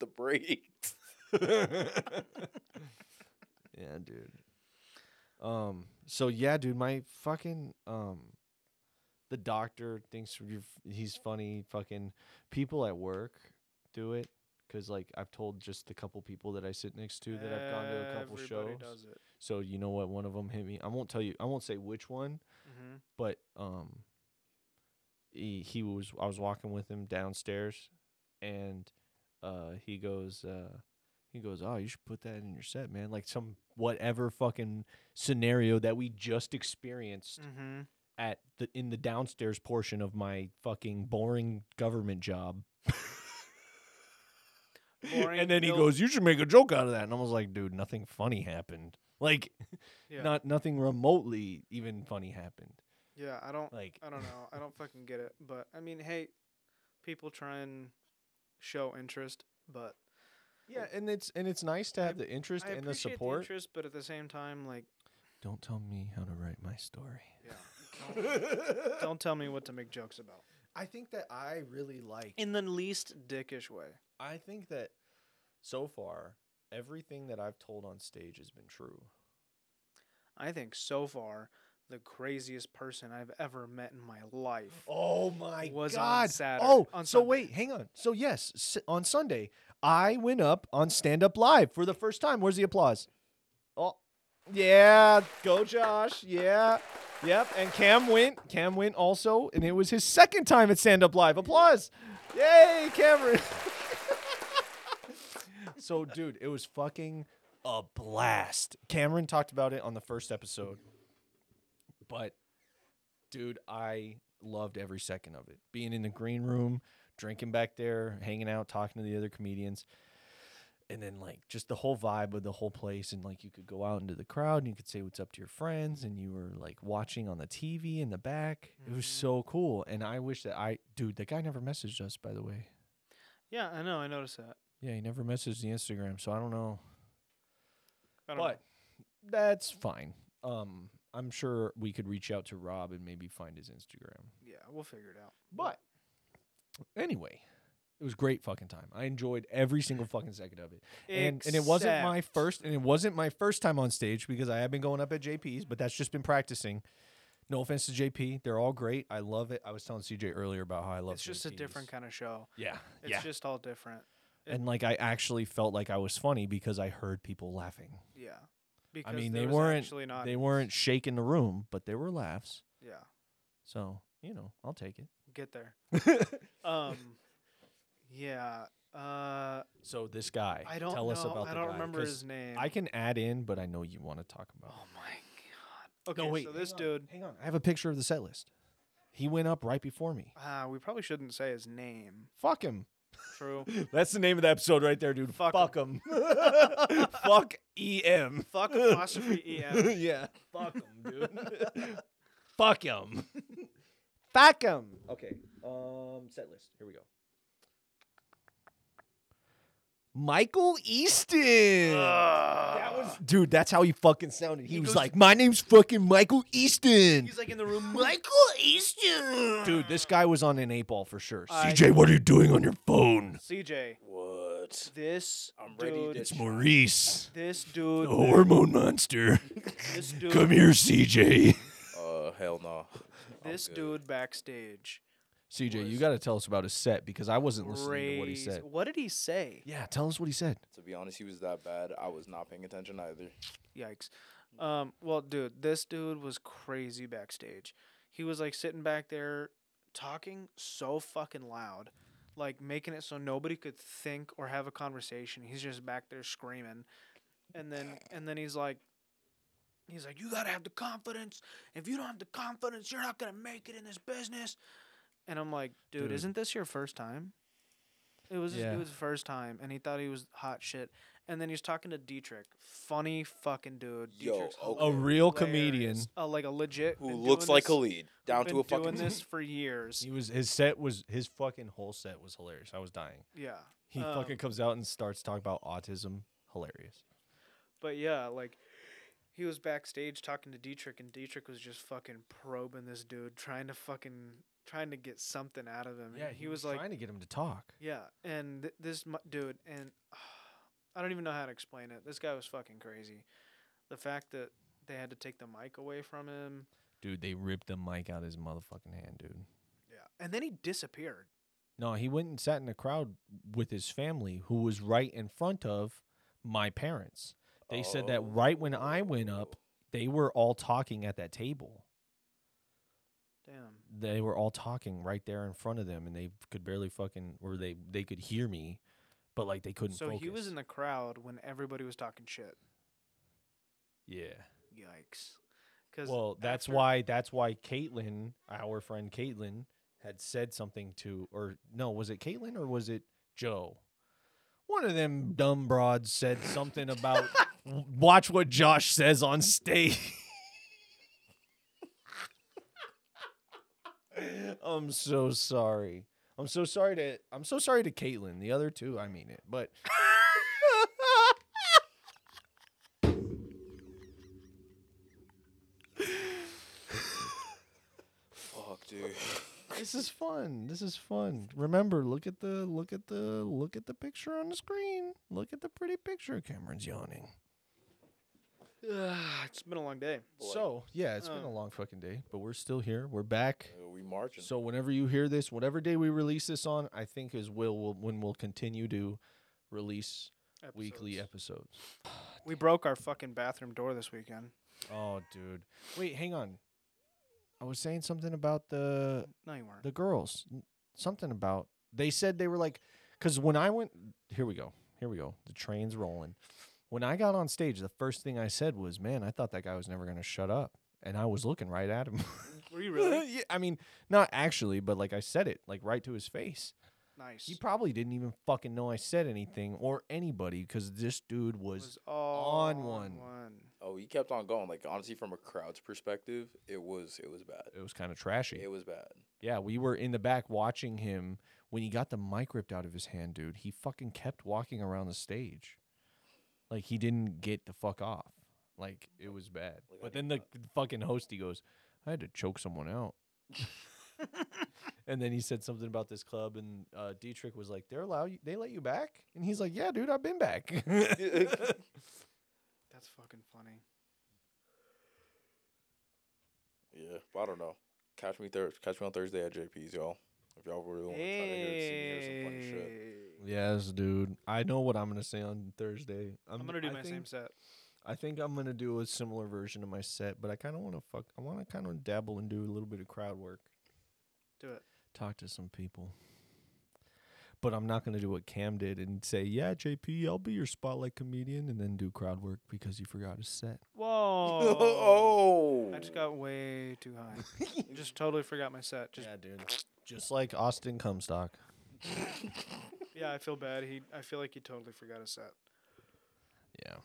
Speaker 3: the brakes.
Speaker 1: Yeah, dude. Um. So yeah, dude, my fucking um, the doctor thinks you're, f- he's funny. Fucking people at work do it because like I've told just the couple people that I sit next to that I've gone to a couple
Speaker 2: Everybody
Speaker 1: shows.
Speaker 2: does it.
Speaker 1: So you know what? One of them hit me. I won't tell you. I won't say which one,
Speaker 2: hmm
Speaker 1: but um, he he was. I was walking with him downstairs, and uh, he goes, uh, he goes, oh, you should put that in your set, man. Like some whatever fucking scenario that we just experienced
Speaker 2: Mm-hmm.
Speaker 1: at the in the downstairs portion of my fucking boring government job.
Speaker 2: Boring
Speaker 1: and then he
Speaker 2: build-
Speaker 1: goes, "You should make a joke out of that." And I was like, "Dude, nothing funny happened. Like,
Speaker 2: Yeah.
Speaker 1: not nothing remotely even funny happened.
Speaker 2: Yeah, I don't.
Speaker 1: Like,
Speaker 2: I don't know. I don't fucking get it. But I mean, hey, people try and show interest, but
Speaker 1: yeah, and it's and it's nice to
Speaker 2: I-
Speaker 1: have the interest
Speaker 2: I
Speaker 1: and the
Speaker 2: appreciate
Speaker 1: support.
Speaker 2: interest, but at the same time, like,
Speaker 1: Don't tell me how to write my story.
Speaker 2: yeah, don't, don't tell me what to make jokes about
Speaker 1: I think that I really like.
Speaker 2: in the least dickish way.
Speaker 1: I think that so far everything that I've told on stage has been true.
Speaker 2: I think so far the craziest person I've ever met in my life.
Speaker 1: Oh my
Speaker 2: was on
Speaker 1: god!
Speaker 2: Saturday-
Speaker 1: oh,
Speaker 2: on
Speaker 1: so
Speaker 2: Sunday.
Speaker 1: wait, hang on. So yes, s- on Sunday I went up on Stand Up Live for the first time. Where's the applause? Oh, yeah, go Josh. Yeah, yep. And Cam went. Cam went also, and it was his second time at Stand Up Live. Applause! Yay, Cameron. so dude, it was fucking a blast. Cameron talked about it on the first episode, but dude, I loved every second of it. Being in the green room, drinking back there, hanging out, talking to the other comedians. And then like just the whole vibe of the whole place and like you could go out into the crowd and you could say what's up to your friends and you were like watching on the TV in the back. It was
Speaker 2: Mhm.
Speaker 1: so cool. And I wish that I dude, the guy never messaged us by the way.
Speaker 2: Yeah, I know. I noticed that.
Speaker 1: Yeah, he never messaged the Instagram, so I don't know.
Speaker 2: I don't know.
Speaker 1: But that's fine. Um, I'm sure we could reach out to Rob and maybe find his Instagram.
Speaker 2: Yeah, we'll figure it out.
Speaker 1: But anyway, it was great fucking time. I enjoyed every single fucking second of it. And and it wasn't my
Speaker 2: Except-
Speaker 1: first and it wasn't my first time on stage because I have been going up at JP's, but that's just been practicing. No offense to JP, they're all great. I love it. I was telling CJ earlier about how I love
Speaker 2: It's just a
Speaker 1: JP's.
Speaker 2: different kind of show.
Speaker 1: Yeah.
Speaker 2: It's
Speaker 1: yeah.
Speaker 2: just all different. it-
Speaker 1: and like I actually felt like I was funny because I heard people laughing.
Speaker 2: Yeah. Because
Speaker 1: I mean,
Speaker 2: there
Speaker 1: they
Speaker 2: was
Speaker 1: weren't
Speaker 2: actually not.
Speaker 1: they weren't shaking the room, but there were laughs.
Speaker 2: Yeah.
Speaker 1: So, you know, I'll take it.
Speaker 2: Get there. Um. yeah. Uh.
Speaker 1: so this guy,
Speaker 2: I don't
Speaker 1: tell
Speaker 2: know.
Speaker 1: us about
Speaker 2: I
Speaker 1: the
Speaker 2: don't
Speaker 1: guy,
Speaker 2: remember
Speaker 1: 'cause
Speaker 2: his name.
Speaker 1: I can add in, but I know you want to talk about.
Speaker 2: Oh
Speaker 1: it.
Speaker 2: my god. Okay. so this
Speaker 1: hang on,
Speaker 2: dude.
Speaker 1: Hang on. I have a picture of the set list. He went up right before me.
Speaker 2: Ah, we probably shouldn't say his name.
Speaker 1: Fuck him.
Speaker 2: True.
Speaker 1: That's the name of the episode right there, dude.
Speaker 2: Fuck
Speaker 1: Fuck him. Fuck E EM.
Speaker 2: Fuck apostrophe E em.
Speaker 1: yeah. Fuck him, dude. Fuck him. Fuck him. Okay. Um, set list. Here we go. Michael Easton. that was, dude. That's how he fucking sounded. He,
Speaker 2: He
Speaker 1: was
Speaker 2: goes-
Speaker 1: like, "My name's fucking Michael Easton."
Speaker 2: He's like in the room.
Speaker 1: Michael Easton. Dude, this guy was on an eight ball for sure.
Speaker 2: I-
Speaker 1: CJ, what are you doing on your phone?
Speaker 2: CJ.
Speaker 3: What?
Speaker 2: This
Speaker 3: I'm ready
Speaker 2: dude.
Speaker 3: to-
Speaker 1: It's Maurice,
Speaker 2: This
Speaker 1: the
Speaker 2: dude.
Speaker 1: hormone monster.
Speaker 2: This dude.
Speaker 1: Come here, CJ.
Speaker 3: Uh, hell no. I'm
Speaker 2: This
Speaker 3: good.
Speaker 2: dude backstage.
Speaker 1: CJ, you
Speaker 3: Was-
Speaker 1: got to tell us about his set because I wasn't listening to what he
Speaker 2: raised-
Speaker 1: said.
Speaker 2: What did he say?
Speaker 1: Yeah, tell us what he said.
Speaker 3: To be honest, he was that bad. I was not paying attention either.
Speaker 2: Yikes. Um, well, dude, this dude was crazy backstage. He was like sitting back there talking so fucking loud, like making it so nobody could think or have a conversation. He's just back there screaming. And then and then he's like he's like, You gotta have the confidence. If you don't have the confidence, you're not gonna make it in this business. And I'm like, dude,
Speaker 1: Dude.
Speaker 2: isn't this your first time? It was
Speaker 1: Yeah.
Speaker 2: this dude's first time and he thought he was hot shit. And then he's talking to Dietrich. Funny fucking dude.
Speaker 3: Yo,
Speaker 2: Dietrich's
Speaker 3: okay.
Speaker 1: A real comedian.
Speaker 2: hilarious. Uh, like a legit.
Speaker 3: Who
Speaker 2: been
Speaker 3: looks
Speaker 2: doing
Speaker 3: like
Speaker 2: this-
Speaker 3: Khalid down to
Speaker 2: been
Speaker 3: a fucking
Speaker 2: doing this for years.
Speaker 1: He was his set was his fucking whole set was hilarious. I was dying.
Speaker 2: Yeah.
Speaker 1: He
Speaker 2: Um,
Speaker 1: fucking comes out and starts talking about autism. Hilarious.
Speaker 2: But yeah, like he was backstage talking to Dietrich, and Dietrich was just fucking probing this dude, trying to fucking trying to get something out of him. and he, was, like,
Speaker 1: trying to get him to talk.
Speaker 2: yeah, and th- this mu- dude, and I don't even know how to explain it. This guy was fucking crazy. The fact that they had to take the mic away from him.
Speaker 1: Dude, they ripped the mic out of his motherfucking hand, dude.
Speaker 2: Yeah, and then he disappeared.
Speaker 1: No, he went and sat in a crowd with his family who was right in front of my parents. They said
Speaker 3: Oh.
Speaker 1: that right when I went up, they were all talking at that table.
Speaker 2: Damn.
Speaker 1: They were all talking right there in front of them and they could barely fucking or they they could hear me, but like they couldn't
Speaker 2: So
Speaker 1: focus.
Speaker 2: he was in the crowd when everybody was talking shit.
Speaker 1: Yeah.
Speaker 2: Yikes. Cause
Speaker 1: Well, that's
Speaker 2: after-
Speaker 1: why that's why Caitlin, our friend Caitlin, had said something to or no, was it Caitlin or was it Joe? One of them dumb broads said something about "W- watch what Josh says on stage. I'm so sorry. I'm so sorry to I'm so sorry to Caitlin. The other two, I mean it, but
Speaker 3: Fuck, dude.
Speaker 1: this is fun. This is fun. Remember, look at the look at the look at the picture on the screen. Look at the pretty picture. Cameron's yawning.
Speaker 2: it's been a long day.
Speaker 3: Boy.
Speaker 1: So yeah, it's been a
Speaker 2: Um,
Speaker 1: long fucking day, but we're still here. We're back.
Speaker 3: Uh, we marching.
Speaker 1: So whenever you hear this, whatever day we release this on, I think is will will when we'll continue to release weekly
Speaker 2: Episodes.
Speaker 1: episodes.
Speaker 2: We broke our fucking bathroom door this weekend.
Speaker 1: Oh, dude. Wait, hang on. I was saying something about the
Speaker 2: No, you weren't.
Speaker 1: the girls n- something about they said they were like because when i went here we go here we go the train's rolling When I got on stage, the first thing I said was, "Man, I thought that guy was never going to shut up." And I was looking right at him.
Speaker 2: Were you really
Speaker 1: yeah, I mean, not actually, but like I said it, like right to his face.
Speaker 2: nice?
Speaker 1: He probably didn't even fucking know I said anything or anybody cuz this dude was
Speaker 2: was all
Speaker 1: on one.
Speaker 3: Oh, he kept on going. Like honestly, from a crowd's perspective, it was it was bad.
Speaker 1: it was kind of trashy.
Speaker 3: It was bad.
Speaker 1: Yeah, we were in the back watching him when he got the mic ripped out of his hand, dude. He fucking kept walking around the stage. Like he didn't get the fuck off. Like it was bad.
Speaker 3: Like, I
Speaker 1: But
Speaker 3: did
Speaker 1: then the fucking host he goes, I had to choke someone out. and then he said something about this club and uh Dietrich was like, They allow you they let you back? And he's like, Yeah, dude, I've been back.
Speaker 2: That's fucking funny.
Speaker 3: Yeah, but I don't know. Catch me Thursday. Catch me on Thursday at JP's, y'all. If y'all really want to try to hear, see me hear some funny shit.
Speaker 2: Hey.
Speaker 1: yes, dude. I know what I'm gonna say on Thursday.
Speaker 2: I'm gonna do
Speaker 1: Um, I
Speaker 2: my
Speaker 1: think-
Speaker 2: same set.
Speaker 1: I think I'm gonna do a similar version of my set, but I kind of want to fuck. I want to kind of dabble and do a little bit of crowd work,
Speaker 2: Do it.
Speaker 1: talk to some people. But I'm not gonna do what Cam did and say, "Yeah, JP, I'll be your spotlight comedian," and then do crowd work because you forgot his set.
Speaker 2: Whoa!
Speaker 3: oh,
Speaker 2: I just got way too high. just totally forgot my set. Just
Speaker 1: dude. Just like Austin Comstock.
Speaker 2: yeah, I feel bad. He, I feel like he totally forgot his set.
Speaker 1: Yeah,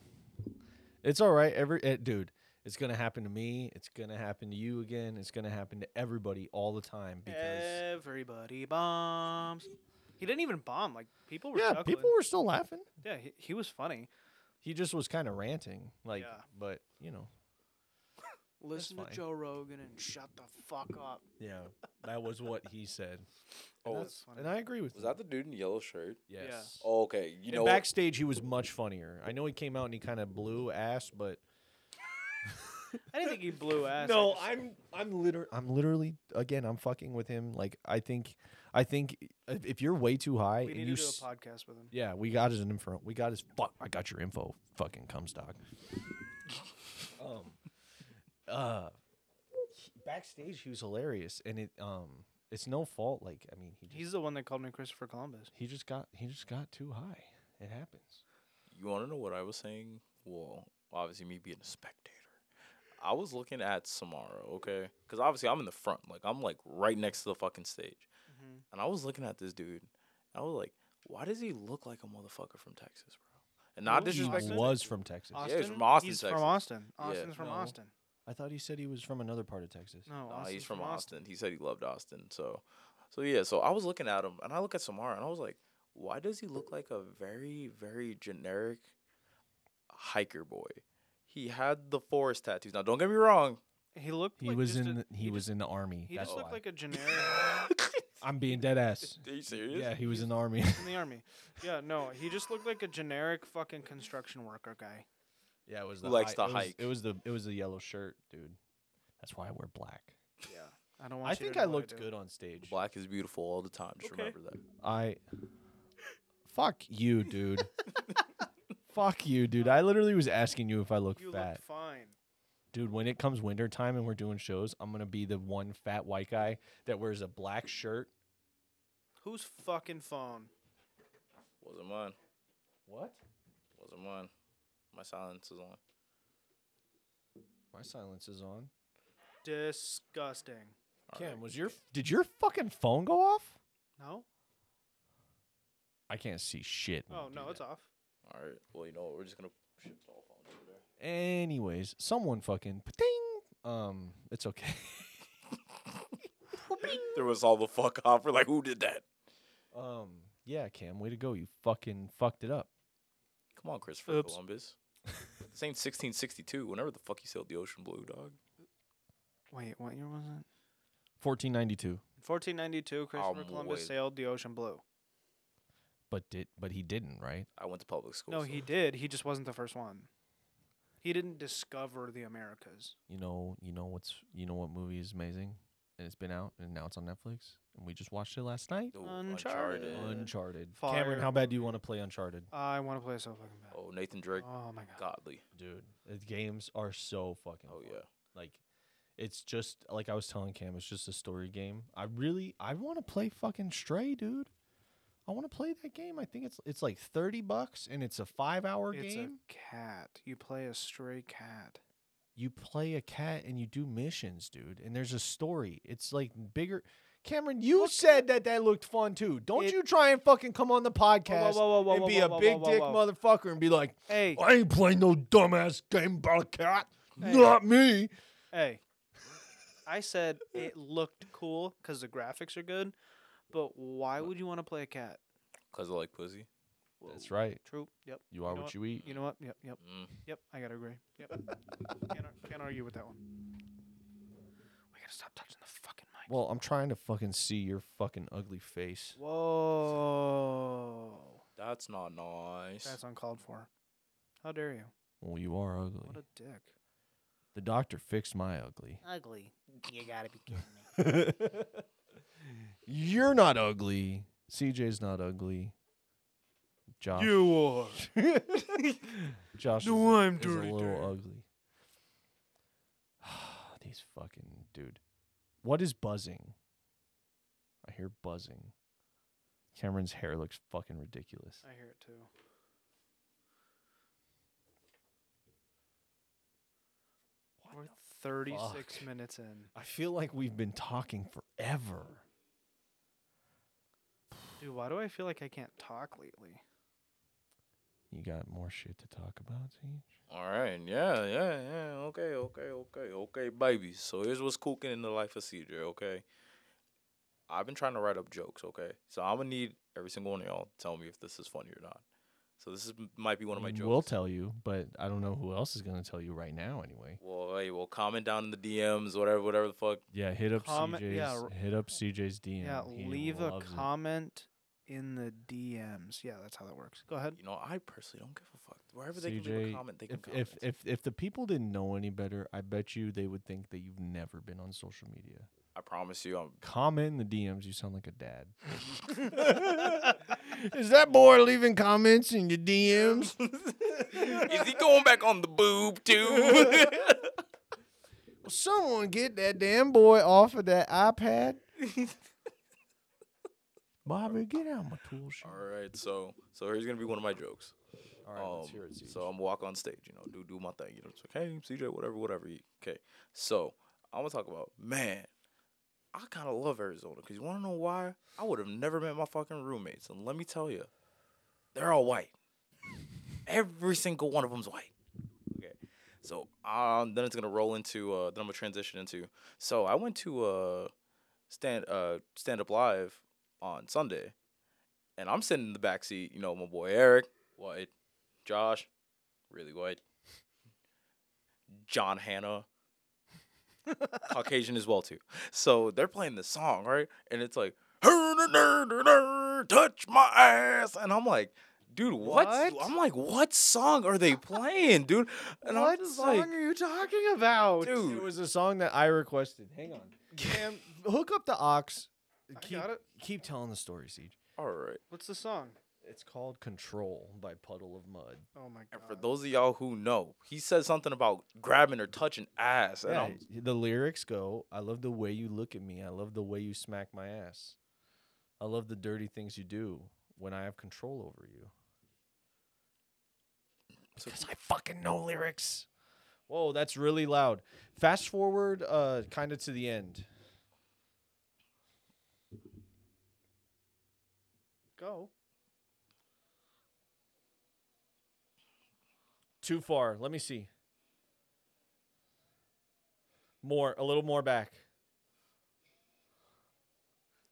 Speaker 1: it's all right. Every eh, dude, it's gonna happen to me. It's gonna happen to you again. It's gonna happen to everybody all the time because
Speaker 2: Eh, Everybody bombs. He didn't even bomb. Like people were.
Speaker 1: yeah,
Speaker 2: chuckling.
Speaker 1: people were still laughing.
Speaker 2: Yeah, he, he was funny.
Speaker 1: He just was kind of ranting, like,
Speaker 2: Yeah.
Speaker 1: but you know.
Speaker 2: Listen to
Speaker 1: fine.
Speaker 2: Joe Rogan and shut the fuck up.
Speaker 1: Yeah, that was what he said.
Speaker 3: Oh,
Speaker 1: and,
Speaker 2: that's
Speaker 1: that's-
Speaker 2: funny.
Speaker 1: and I agree with
Speaker 3: was
Speaker 1: him.
Speaker 3: that the dude in the yellow shirt?
Speaker 1: yes.
Speaker 3: Oh, okay. You
Speaker 1: And
Speaker 3: know, what?
Speaker 1: backstage he was much funnier. I know he came out and he kind of blew ass, but
Speaker 2: I didn't think he blew ass. I just-
Speaker 1: I'm I'm literally I'm literally again I'm fucking with him. Like I think I think if if you're way too high
Speaker 2: we
Speaker 1: and
Speaker 2: need
Speaker 1: you
Speaker 2: to do
Speaker 1: s-
Speaker 2: a podcast with him.
Speaker 1: yeah we got his info we got his fuck I got your info fucking cumstock. um, uh, he- backstage he was hilarious and it um it's no fault like I mean he just,
Speaker 2: He's the one that called me Christopher Columbus.
Speaker 1: he just got he just got too high. It happens.
Speaker 3: you want to know what I was saying? Well, obviously me being a spectator. I was looking at Samara, okay, because obviously I'm in the front, like I'm like right next to the fucking stage,
Speaker 2: Mhm.
Speaker 3: and I was looking at this dude, and I was like, why does he look like a motherfucker from Texas, bro? And not
Speaker 2: Who?
Speaker 1: He
Speaker 3: disrespecting.
Speaker 2: Austin?
Speaker 1: was from Texas.
Speaker 3: Austin? he's from Austin,
Speaker 2: He's
Speaker 3: Texas.
Speaker 2: from Austin.
Speaker 3: Yeah.
Speaker 2: Austin's from
Speaker 1: No.
Speaker 2: Austin.
Speaker 1: I thought he said he was from another part of Texas.
Speaker 2: No,
Speaker 3: Nah,
Speaker 2: Austin's
Speaker 3: he's from, Austin. He said he loved Austin. So, so yeah. So I was looking at him, and I look at Samara, and I was like, why does he look like a very, very generic hiker boy? He had the forest tattoos. Now, don't get me wrong.
Speaker 2: He looked.
Speaker 1: He
Speaker 2: like
Speaker 1: was
Speaker 2: just
Speaker 1: in
Speaker 2: a-
Speaker 1: the, he, was in the army.
Speaker 2: He
Speaker 1: That's
Speaker 2: just looked
Speaker 1: why.
Speaker 2: like a generic
Speaker 1: I'm being dead ass.
Speaker 3: Are you serious?
Speaker 1: yeah, he was in the army.
Speaker 2: in the army. Yeah, no, he just looked like a generic fucking construction worker guy.
Speaker 1: yeah, it was
Speaker 3: Who likes
Speaker 1: hi-
Speaker 3: to
Speaker 1: it was-
Speaker 3: hike.
Speaker 1: It was the it was the yellow shirt, dude. That's why I wear black.
Speaker 2: Yeah, I don't want.
Speaker 1: I
Speaker 2: you to
Speaker 1: think
Speaker 2: know
Speaker 1: I looked
Speaker 2: do.
Speaker 1: good on stage.
Speaker 3: Black is beautiful all the time. Just
Speaker 2: Okay.
Speaker 3: remember that.
Speaker 1: I fuck you, dude. fuck you, dude. I literally was asking you if I look
Speaker 2: You
Speaker 1: fat.
Speaker 2: looked fine.
Speaker 1: Dude, when it comes winter time and we're doing shows, I'm gonna be the one fat white guy that wears a black shirt.
Speaker 2: Whose fucking phone?
Speaker 3: Wasn't mine.
Speaker 1: What?
Speaker 3: Wasn't mine. My silence is on.
Speaker 1: My silence is on.
Speaker 2: Disgusting.
Speaker 1: Cam,
Speaker 3: Alright.
Speaker 1: was your did your fucking phone go off?
Speaker 2: No.
Speaker 1: I can't see shit. when
Speaker 2: Oh
Speaker 1: you do
Speaker 2: no, it's
Speaker 1: that.
Speaker 2: off.
Speaker 3: All right. Well, you know what? We're just gonna shift all phones over there.
Speaker 1: Anyways, someone fucking ding. Um, it's okay.
Speaker 3: There was all the fuck off. We're like, who did that?
Speaker 1: um, yeah, Cam, way to go. You fucking fucked it up.
Speaker 3: Come on, Christopher
Speaker 2: Oops.
Speaker 3: Columbus. this ain't 1662. Whenever the fuck he sailed the ocean blue, dog.
Speaker 2: Wait, what year was it?
Speaker 1: 1492,
Speaker 2: 1492, Christopher
Speaker 3: Um,
Speaker 2: Columbus
Speaker 3: wait.
Speaker 2: sailed the ocean blue.
Speaker 1: but did but he didn't, right?
Speaker 3: I went to public school.
Speaker 2: No,
Speaker 3: so-
Speaker 2: he did. He just wasn't the first one. He didn't discover the Americas.
Speaker 1: You know, you know what's you know what movie is amazing, and it's been out and now it's on Netflix, and we just watched it last night.
Speaker 3: Ooh,
Speaker 2: Uncharted.
Speaker 3: Uncharted.
Speaker 1: Uncharted.
Speaker 2: Fire
Speaker 1: Cameron, how bad do you want to play Uncharted?
Speaker 2: I want to play so fucking bad.
Speaker 3: Oh, Nathan Drake.
Speaker 2: Oh my god.
Speaker 3: Godly.
Speaker 1: Dude, the Uh, games are so fucking.
Speaker 3: Oh
Speaker 1: fun.
Speaker 3: yeah.
Speaker 1: Like, it's just like I was telling Cam, it's just a story game. I really, I want to play fucking Stray, dude. I want to play that game. I think it's it's like thirty bucks and it's a five hour
Speaker 2: it's
Speaker 1: game.
Speaker 2: a cat. You play a stray cat.
Speaker 1: You play a cat and you do missions, dude. And there's a story. It's like bigger. Cameron, you said that that looked fun too. Don't
Speaker 2: It-
Speaker 1: you try and fucking come on the podcast
Speaker 2: whoa, whoa,
Speaker 1: and
Speaker 2: whoa,
Speaker 1: be
Speaker 2: whoa,
Speaker 1: a
Speaker 2: whoa,
Speaker 1: big
Speaker 2: whoa, whoa,
Speaker 1: dick
Speaker 2: whoa.
Speaker 1: motherfucker and be like,
Speaker 2: Hey,
Speaker 1: I ain't playing no dumbass game about a cat.
Speaker 2: Hey.
Speaker 1: Not me.
Speaker 2: hey. I said it looked cool because the graphics are good, but why would you want to play a cat?
Speaker 3: Cause I like pussy.
Speaker 1: That's
Speaker 2: Whoa.
Speaker 1: right.
Speaker 2: True. Yep.
Speaker 1: You are
Speaker 2: know
Speaker 1: what
Speaker 2: what?
Speaker 1: you eat.
Speaker 2: You know what? Yep. Yep.
Speaker 3: Mm.
Speaker 2: Yep. I gotta agree. Yep. can't, ar- can't argue with that one. We gotta stop touching the fucking mic.
Speaker 1: Well, I'm trying to fucking see your fucking ugly face.
Speaker 2: Whoa.
Speaker 3: That's not nice.
Speaker 2: That's uncalled for. How dare you?
Speaker 1: Well, you are ugly.
Speaker 2: What a dick.
Speaker 1: The doctor fixed my ugly.
Speaker 2: Ugly. You gotta be kidding me.
Speaker 1: You're not ugly. CJ's not ugly.
Speaker 2: Uh,
Speaker 1: Josh.
Speaker 2: You are.
Speaker 1: Josh
Speaker 2: No,
Speaker 1: is,
Speaker 2: I'm
Speaker 1: is
Speaker 2: dirty,
Speaker 1: a little
Speaker 2: dirty.
Speaker 1: ugly. These fucking dude. What is buzzing? I hear buzzing. Cameron's hair looks fucking ridiculous.
Speaker 2: I hear it too. We're 36
Speaker 1: fuck?
Speaker 2: minutes in.
Speaker 1: I feel like we've been talking forever.
Speaker 2: Dude, why do I feel like I can't talk lately?
Speaker 1: You got more shit to talk about, Siege?
Speaker 3: All right. Yeah. Yeah. Yeah. Okay. Okay. Okay. Okay, baby. So here's what's cooking in the life of CJ. Okay. I've been trying to write up jokes. Okay. So I'm gonna need every single one of y'all to tell me if this is funny or not. So this is might be one of my
Speaker 1: Mm,
Speaker 3: jokes.
Speaker 1: We'll tell you, but I don't know who else is gonna tell you right now. Anyway,
Speaker 3: Well, hey, well, comment down in the DMs, whatever, whatever the fuck.
Speaker 1: yeah, hit up
Speaker 2: Comment-
Speaker 1: CJ's.
Speaker 2: yeah, r-
Speaker 1: hit up CJ's DM.
Speaker 2: Yeah,
Speaker 1: He
Speaker 2: leave a
Speaker 1: loves it.
Speaker 2: comment in the DMs. Yeah, that's how that works. Go ahead.
Speaker 3: You know, I personally don't give a fuck. Wherever they can leave
Speaker 1: CJ,
Speaker 3: a comment, they can
Speaker 1: If,
Speaker 3: comment.
Speaker 1: if if if the people didn't know any better, I bet you they would think that you've never been on social media.
Speaker 3: I promise you, I'm
Speaker 1: Comment in the DMs. You sound like a dad. is that boy leaving comments in your DMs?
Speaker 3: Is he going back on the boob too?
Speaker 1: Someone get that damn boy off of that iPad. Bobby, get out my tool shed.
Speaker 3: All right, so so here's gonna be one of my jokes.
Speaker 1: All
Speaker 3: Um, So I'm walk on stage, you know, do do my thing, you know. It's like, hey, CJ, whatever, whatever. you- Okay, so I'm gonna talk about man. I kind of love Arizona because you want to know why? I would have never met my fucking roommates, and let me tell you, they're all white. Every single one of them's white. Okay, so um, then it's gonna roll into uh, then I'm gonna transition into. So I went to uh stand uh stand up live on Sunday, and I'm sitting in the back seat. You know, my boy Eric, white, Josh, really white, John Hannah, Caucasian as well too. So they're playing this song right, and it's like touch my ass, and I'm like. Dude, what?
Speaker 2: What?
Speaker 3: I'm like, what song are they playing, dude? And I'm
Speaker 2: what
Speaker 3: just
Speaker 2: song
Speaker 3: like,
Speaker 2: are you talking about?
Speaker 1: It
Speaker 3: dude.
Speaker 1: was a song that I requested. Hang on. Cam, hook up the ox.
Speaker 2: I
Speaker 1: Keep,
Speaker 2: got it.
Speaker 1: keep telling the story, Siege.
Speaker 3: All right.
Speaker 2: What's the song?
Speaker 1: It's called Control by Puddle of Mud.
Speaker 2: Oh my god.
Speaker 3: And for those of y'all who know, he said something about grabbing or touching ass, and I'm
Speaker 1: the lyrics go I love the way you look at me. I love the way you smack my ass. I love the dirty things you do when I have control over you.
Speaker 3: So-
Speaker 1: Because I fucking know lyrics. Whoa, that's really loud. Fast forward uh, kind of to the end.
Speaker 2: Go.
Speaker 1: Too far. Let me see. More, a little more back.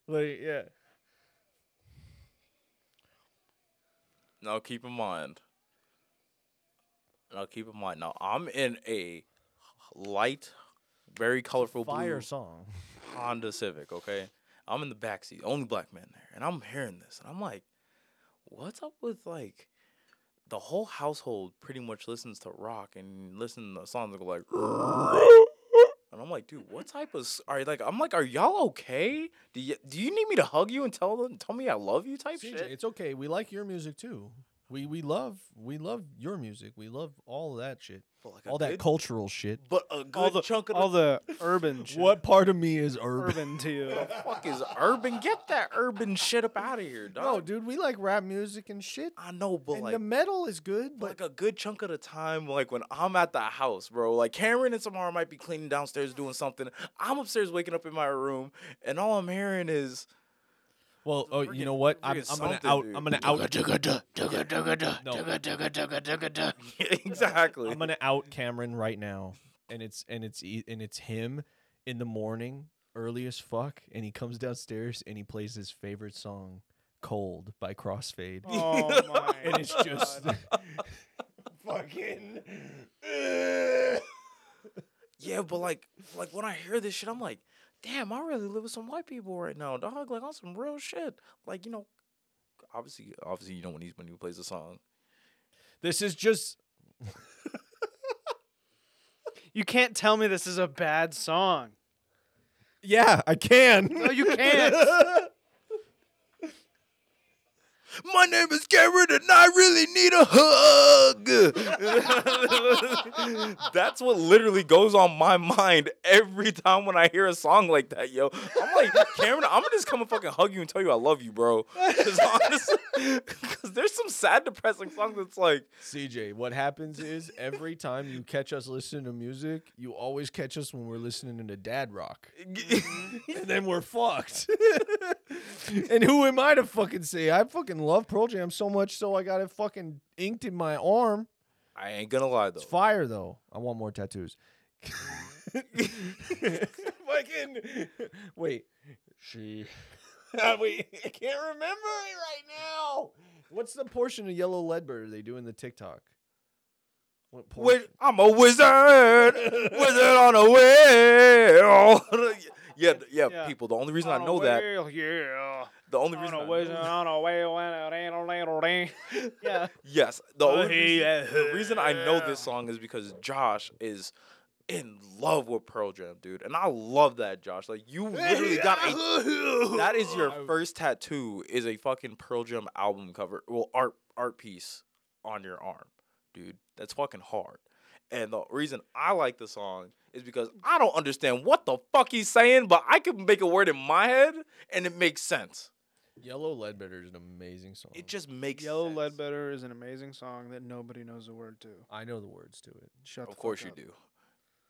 Speaker 1: Like, yeah.
Speaker 3: now keep in mind. Now keep in mind. Now I'm in a light, very colorful
Speaker 1: Fire
Speaker 3: blue
Speaker 1: song.
Speaker 3: Honda Civic. Okay, I'm in the backseat, only black man there, and I'm hearing this, and I'm like, what's up with like. The whole household pretty much listens to rock and listen to songs that go like, and I'm like, dude, what type of s- are you like? I'm like, are y'all okay? Do you do you need me to hug you and tell them tell me I love you type
Speaker 1: CJ,
Speaker 3: shit?
Speaker 1: it's okay. We like your music too. We we love we love your music. We love all that shit.
Speaker 3: But like
Speaker 1: all that cultural shit.
Speaker 3: but a good
Speaker 2: all the
Speaker 3: chunk of
Speaker 2: all
Speaker 3: the,
Speaker 2: the urban shit.
Speaker 1: What part of me is urban?
Speaker 2: urban to you?
Speaker 3: fuck is urban? Get that urban shit up out of here, dog.
Speaker 1: No, dude, we like rap music and shit.
Speaker 3: I know, but
Speaker 1: and
Speaker 3: like
Speaker 1: the metal is good,
Speaker 3: but
Speaker 1: but
Speaker 3: like a good chunk of the time, like when I'm at the house, bro, like Cameron and Samara might be cleaning downstairs doing something. I'm upstairs waking up in my room, and all I'm hearing is
Speaker 1: well, oh,
Speaker 3: freaking-
Speaker 1: you know what? I'm,
Speaker 3: freaking
Speaker 1: I'm gonna
Speaker 3: something,
Speaker 1: out.
Speaker 3: dude.
Speaker 1: I'm gonna out.
Speaker 3: exactly.
Speaker 1: I'm gonna out Cameron right now, and it's and it's e- and it's him in the morning, early as fuck, and he comes downstairs and he plays his favorite song, "Cold" by Crossfade,
Speaker 2: Oh my!
Speaker 1: and it's just
Speaker 2: God.
Speaker 1: fucking.
Speaker 3: yeah, but like, like when I hear this shit, I'm like, damn, I really live with some white people right now, dog. Like on some real shit. Like you know, obviously, obviously, you know when he's when he plays a song.
Speaker 1: This is just
Speaker 2: you can't tell me this is a bad song.
Speaker 1: yeah. I can.
Speaker 2: No, you can't.
Speaker 3: My name is Cameron, and I really need a hug. That's what literally goes on my mind every time when I hear a song like that, yo. I'm like, Cameron, I'm gonna just come and fucking hug you and tell you I love you, bro. Because honestly, because there's some sad, depressing songs that's like,
Speaker 1: CJ, what happens is every time you catch us listening to music, you always catch us when we're listening to dad rock. And then we're fucked. and who am I to fucking say? I fucking love Pearl Jam so much, so I got it fucking inked in my arm.
Speaker 3: I ain't gonna lie though.
Speaker 1: It's fire though. I want more tattoos. fucking wait. She wait, I can't remember it right now. What's the portion of Yellow Leadbird they do in the TikTok? What
Speaker 3: Wait, I'm a wizard, wizard on a wheel. yeah, yeah,
Speaker 2: Yeah.
Speaker 3: people. The only reason
Speaker 2: On
Speaker 3: I
Speaker 2: a
Speaker 3: know that,
Speaker 2: whale, yeah.
Speaker 3: the only
Speaker 2: On
Speaker 3: reason, I
Speaker 2: a
Speaker 3: know
Speaker 2: wizard,
Speaker 3: that-
Speaker 2: on a whale, and a ding, ding, ding, ding. Yeah.
Speaker 3: Yes. The,
Speaker 2: Oh,
Speaker 3: only
Speaker 2: hey,
Speaker 3: reason,
Speaker 2: yeah.
Speaker 3: the reason I know this song is because Josh is in love with Pearl Jam, dude. And I love that, Josh. Like you literally got a that is your first tattoo is a fucking Pearl Jam album cover. Well, art art piece on your arm, dude. That's fucking hard. And the reason I like the song is because I don't understand what the fuck he's saying, but I can make a word in my head and it makes sense.
Speaker 1: Yellow Leadbetter is an amazing song.
Speaker 3: It just makes
Speaker 2: Yellow
Speaker 3: sense.
Speaker 2: Oh. Ledbetter is an amazing song that nobody knows the word to.
Speaker 1: I know the words to it.
Speaker 2: Shut the
Speaker 3: Of
Speaker 2: fuck
Speaker 3: course you
Speaker 2: up.
Speaker 3: do.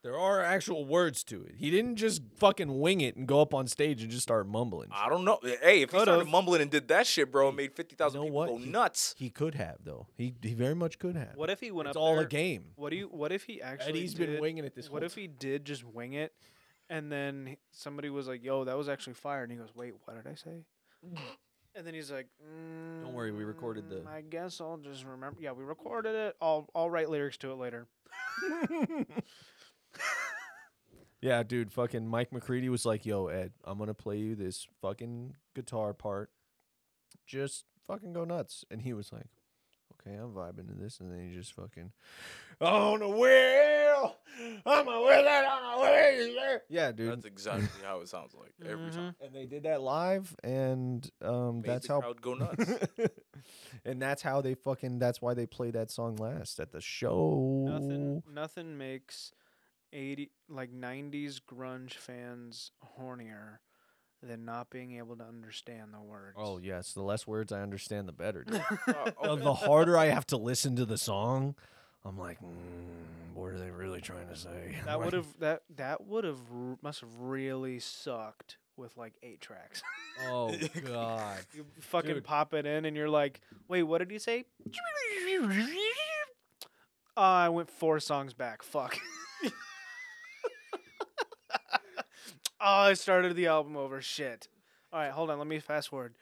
Speaker 1: There are actual words to it. He didn't just fucking wing it and go up on stage and just start mumbling.
Speaker 3: I don't know. Hey, if he started
Speaker 2: Could've.
Speaker 3: mumbling and did that shit, bro, and made fifty thousand
Speaker 1: know
Speaker 3: people
Speaker 1: what?
Speaker 3: go
Speaker 1: He-
Speaker 3: nuts.
Speaker 1: He could have though. He he very much could have.
Speaker 2: What if he went
Speaker 1: it's
Speaker 2: up
Speaker 1: all
Speaker 2: there?
Speaker 1: a game.
Speaker 2: What do you? What if he actually?
Speaker 1: Eddie's
Speaker 2: did,
Speaker 1: been winging it this
Speaker 2: What
Speaker 1: whole
Speaker 2: if he did just wing it, and then he- somebody was like, "Yo, that was actually fire," and he goes, "Wait, what did I say?" and then he's like, mm,
Speaker 1: Don't worry, we recorded the-
Speaker 2: I guess I'll just remember. Yeah, we recorded it. I'll I'll write lyrics to it later.
Speaker 1: Yeah, dude, fucking Mike McCready was like, "Yo, Ed, I'm gonna play you this fucking guitar part. Just fucking go nuts." And he was like, "Okay, I'm vibing to this." And then he just fucking on a wheel, I'm a wizard on a wheel. Yeah, dude.
Speaker 3: That's exactly how it sounds like every time.
Speaker 1: and they did that live, and um,
Speaker 3: Made
Speaker 1: that's
Speaker 3: the
Speaker 1: how
Speaker 3: crowd go nuts.
Speaker 1: and that's how they fucking. That's why they play that song last at the show.
Speaker 2: Nothing nothing makes eighty like nineties grunge fans hornier than not being able to understand the words.
Speaker 1: Oh yes, the less words I understand, the better. dude.
Speaker 3: Uh,
Speaker 1: The-
Speaker 3: okay.
Speaker 1: the harder I have to listen to the song, I'm like, mm, what are they really trying to say?
Speaker 2: That
Speaker 1: Like,
Speaker 2: would have that that would have must have really sucked with like eight tracks.
Speaker 1: Oh god.
Speaker 2: you fucking
Speaker 1: Dude.
Speaker 2: pop it in and you're like, wait, what did he say? Uh, I went four songs back. Fuck. oh, I started the album over. Shit. All right, hold on. Let me fast forward.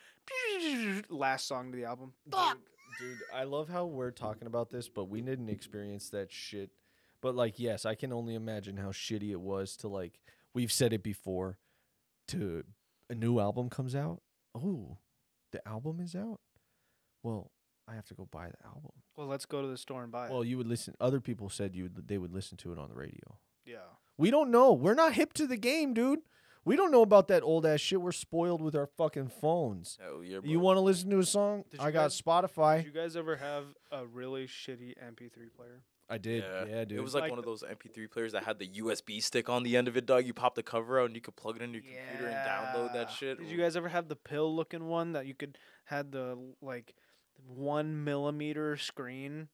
Speaker 2: Last song to the album. Fuck.
Speaker 1: Dude, I love how we're talking about this, but we didn't experience that shit. But like, yes, I can only imagine how shitty it was to like we've said it before to a new album comes out. Oh, the album is out? Well, I have to go buy the album.
Speaker 2: Well, let's go to the store and buy it.
Speaker 1: Well, you would listen other people said you would, they would listen to it on the radio.
Speaker 2: yeah.
Speaker 1: We don't know. We're not hip to the game, dude. We don't know about that old ass shit. We're spoiled with our fucking phones.
Speaker 3: Hell yeah, bro.
Speaker 1: You want to listen to a song?
Speaker 2: Did
Speaker 1: I
Speaker 2: you
Speaker 1: got
Speaker 2: guys-
Speaker 1: Spotify.
Speaker 2: Did you guys ever have a really shitty MP3 player?
Speaker 1: I did. Yeah, dude.
Speaker 3: It was like,
Speaker 2: Like-
Speaker 3: one of those MP3 players that had the USB stick on the end of it, dog. You pop the cover out and you could plug it into your computer and download that
Speaker 2: Yeah.
Speaker 3: shit.
Speaker 2: Did
Speaker 3: Ooh.
Speaker 2: you guys ever have the pill looking one that you could had the like one millimeter screen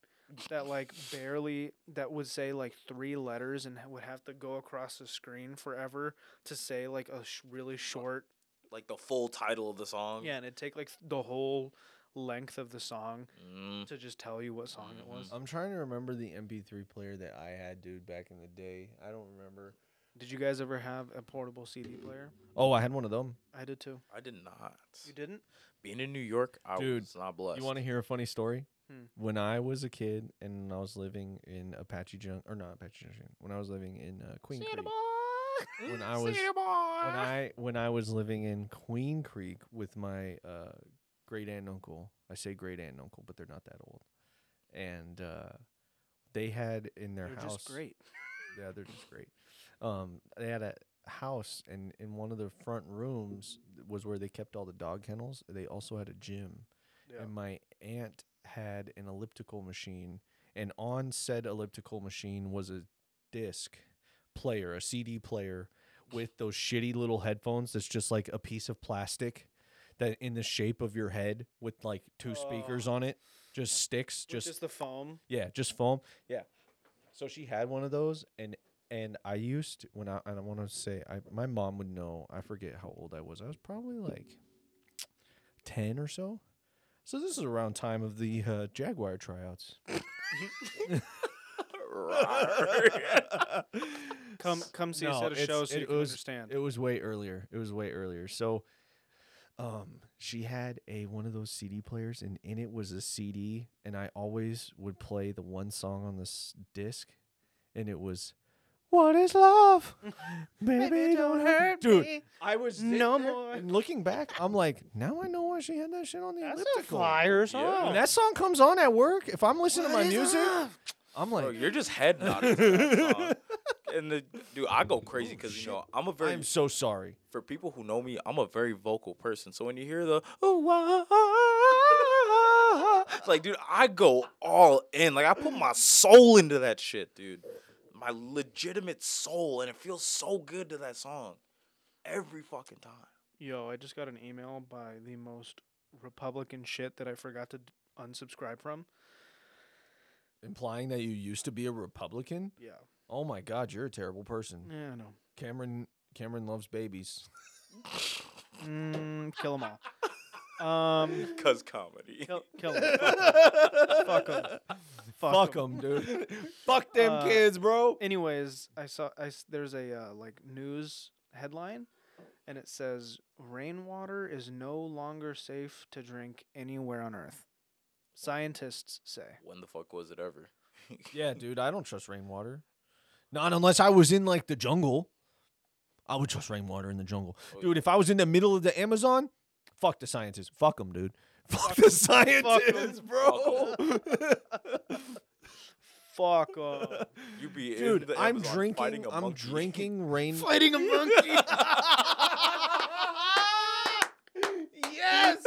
Speaker 2: that like barely that would say like three letters and would have to go across the screen forever to say like a sh- really short
Speaker 3: like the full title of the song?
Speaker 2: yeah and it'd take like the whole length of the song
Speaker 3: Mm.
Speaker 2: to just tell you what song it was.
Speaker 1: I'm trying to remember the MP3 player that I had, dude, back in the day. I don't remember.
Speaker 3: Mm-hmm.
Speaker 2: Did you guys ever have a portable CD player?
Speaker 1: Oh, I had one of them.
Speaker 2: I did too.
Speaker 3: I did not.
Speaker 2: You didn't?
Speaker 3: Being in New York, I
Speaker 1: Dude,
Speaker 3: was not blessed.
Speaker 1: You want to hear a funny story?
Speaker 2: Hmm.
Speaker 1: When I was a kid and I was living in Apache Junction, or not Apache Junction, when I was living in uh, Queen Creek, when I was when
Speaker 2: Ah.
Speaker 1: I when I was living in Queen Creek with my uh, great aunt and uncle. I say great aunt and uncle, but they're not that old. And uh, they had in their
Speaker 2: They're
Speaker 1: house
Speaker 2: just great.
Speaker 1: yeah, they're just great. Um, they had a house, and in one of the front rooms was where they kept all the dog kennels. They also had a gym,
Speaker 2: Yeah.
Speaker 1: and my aunt had an elliptical machine, and on said elliptical machine was a disc player, a CD player with those shitty little headphones that's just like a piece of plastic that in the shape of your head with like two speakers
Speaker 2: Oh.
Speaker 1: on it just sticks
Speaker 2: With
Speaker 1: just
Speaker 2: just the foam.
Speaker 1: yeah, just foam. Yeah. So she had one of those, and and I used to, when I and I want to say I my mom would know. I forget how old I was. I was probably like ten or so. So this is around time of the uh, Jaguar tryouts.
Speaker 2: Come come see us
Speaker 1: No,
Speaker 2: at a
Speaker 1: it's-
Speaker 2: show so
Speaker 1: it
Speaker 2: you can
Speaker 1: was-
Speaker 2: understand.
Speaker 1: It was way earlier. It was way earlier. So um she had a one of those CD players and in it was a CD and I always would play the one song on this disc and it was what is love? Baby, don't hurt Dude,
Speaker 2: me.
Speaker 1: I was
Speaker 2: No
Speaker 1: sitting there,
Speaker 2: more.
Speaker 1: And looking back, I'm like, now I know why she had that shit on the
Speaker 2: That's a
Speaker 1: elliptical.
Speaker 2: flyer
Speaker 3: song.
Speaker 1: When that song comes on at work, if I'm listening to my music, I'm
Speaker 3: Bro,
Speaker 1: like,
Speaker 3: you're just head nodding. to that song. And the dude, I go crazy because you know I'm a very
Speaker 1: I'm so sorry.
Speaker 3: for people who know me, I'm a very vocal person. So when you hear the "Ooh, ah, ah, ah," like, dude, I go all in. Like I put my soul into that shit, dude. My legitimate soul, and it feels so good to that song every fucking time.
Speaker 2: Yo, I just got an email by the most Republican shit that I forgot to d- unsubscribe from.
Speaker 1: Implying that you used to be a Republican?
Speaker 2: Yeah.
Speaker 1: Oh my God, you're a terrible person.
Speaker 2: Yeah, I know.
Speaker 1: Cameron Cameron loves babies.
Speaker 2: Mm, kill them all. Um,
Speaker 3: Cause comedy.
Speaker 2: kill, kill 'em. Fuck 'em. Fuck 'em.
Speaker 1: Fuck them, dude. Fuck them
Speaker 2: Uh,
Speaker 1: kids, bro.
Speaker 2: Anyways, I saw I s- there's a uh, like news headline, and it says rainwater is no longer safe to drink anywhere on Earth. Scientists say.
Speaker 3: When the fuck was it ever?
Speaker 1: Yeah, dude, I don't trust rainwater. Not unless I was in like the jungle. I would trust rainwater in the jungle,
Speaker 3: Oh,
Speaker 1: dude.
Speaker 3: yeah.
Speaker 1: If I was in the middle of the Amazon, fuck the scientists. Fuck them, dude. Fuck, the scientists, bro.
Speaker 2: Fuck off.
Speaker 3: You be in
Speaker 1: dude,
Speaker 3: the
Speaker 1: I'm
Speaker 3: Amazon
Speaker 1: drinking.
Speaker 3: fighting a
Speaker 1: I'm
Speaker 3: monkey.
Speaker 1: drinking rain.
Speaker 2: Fighting a monkey.
Speaker 1: yes.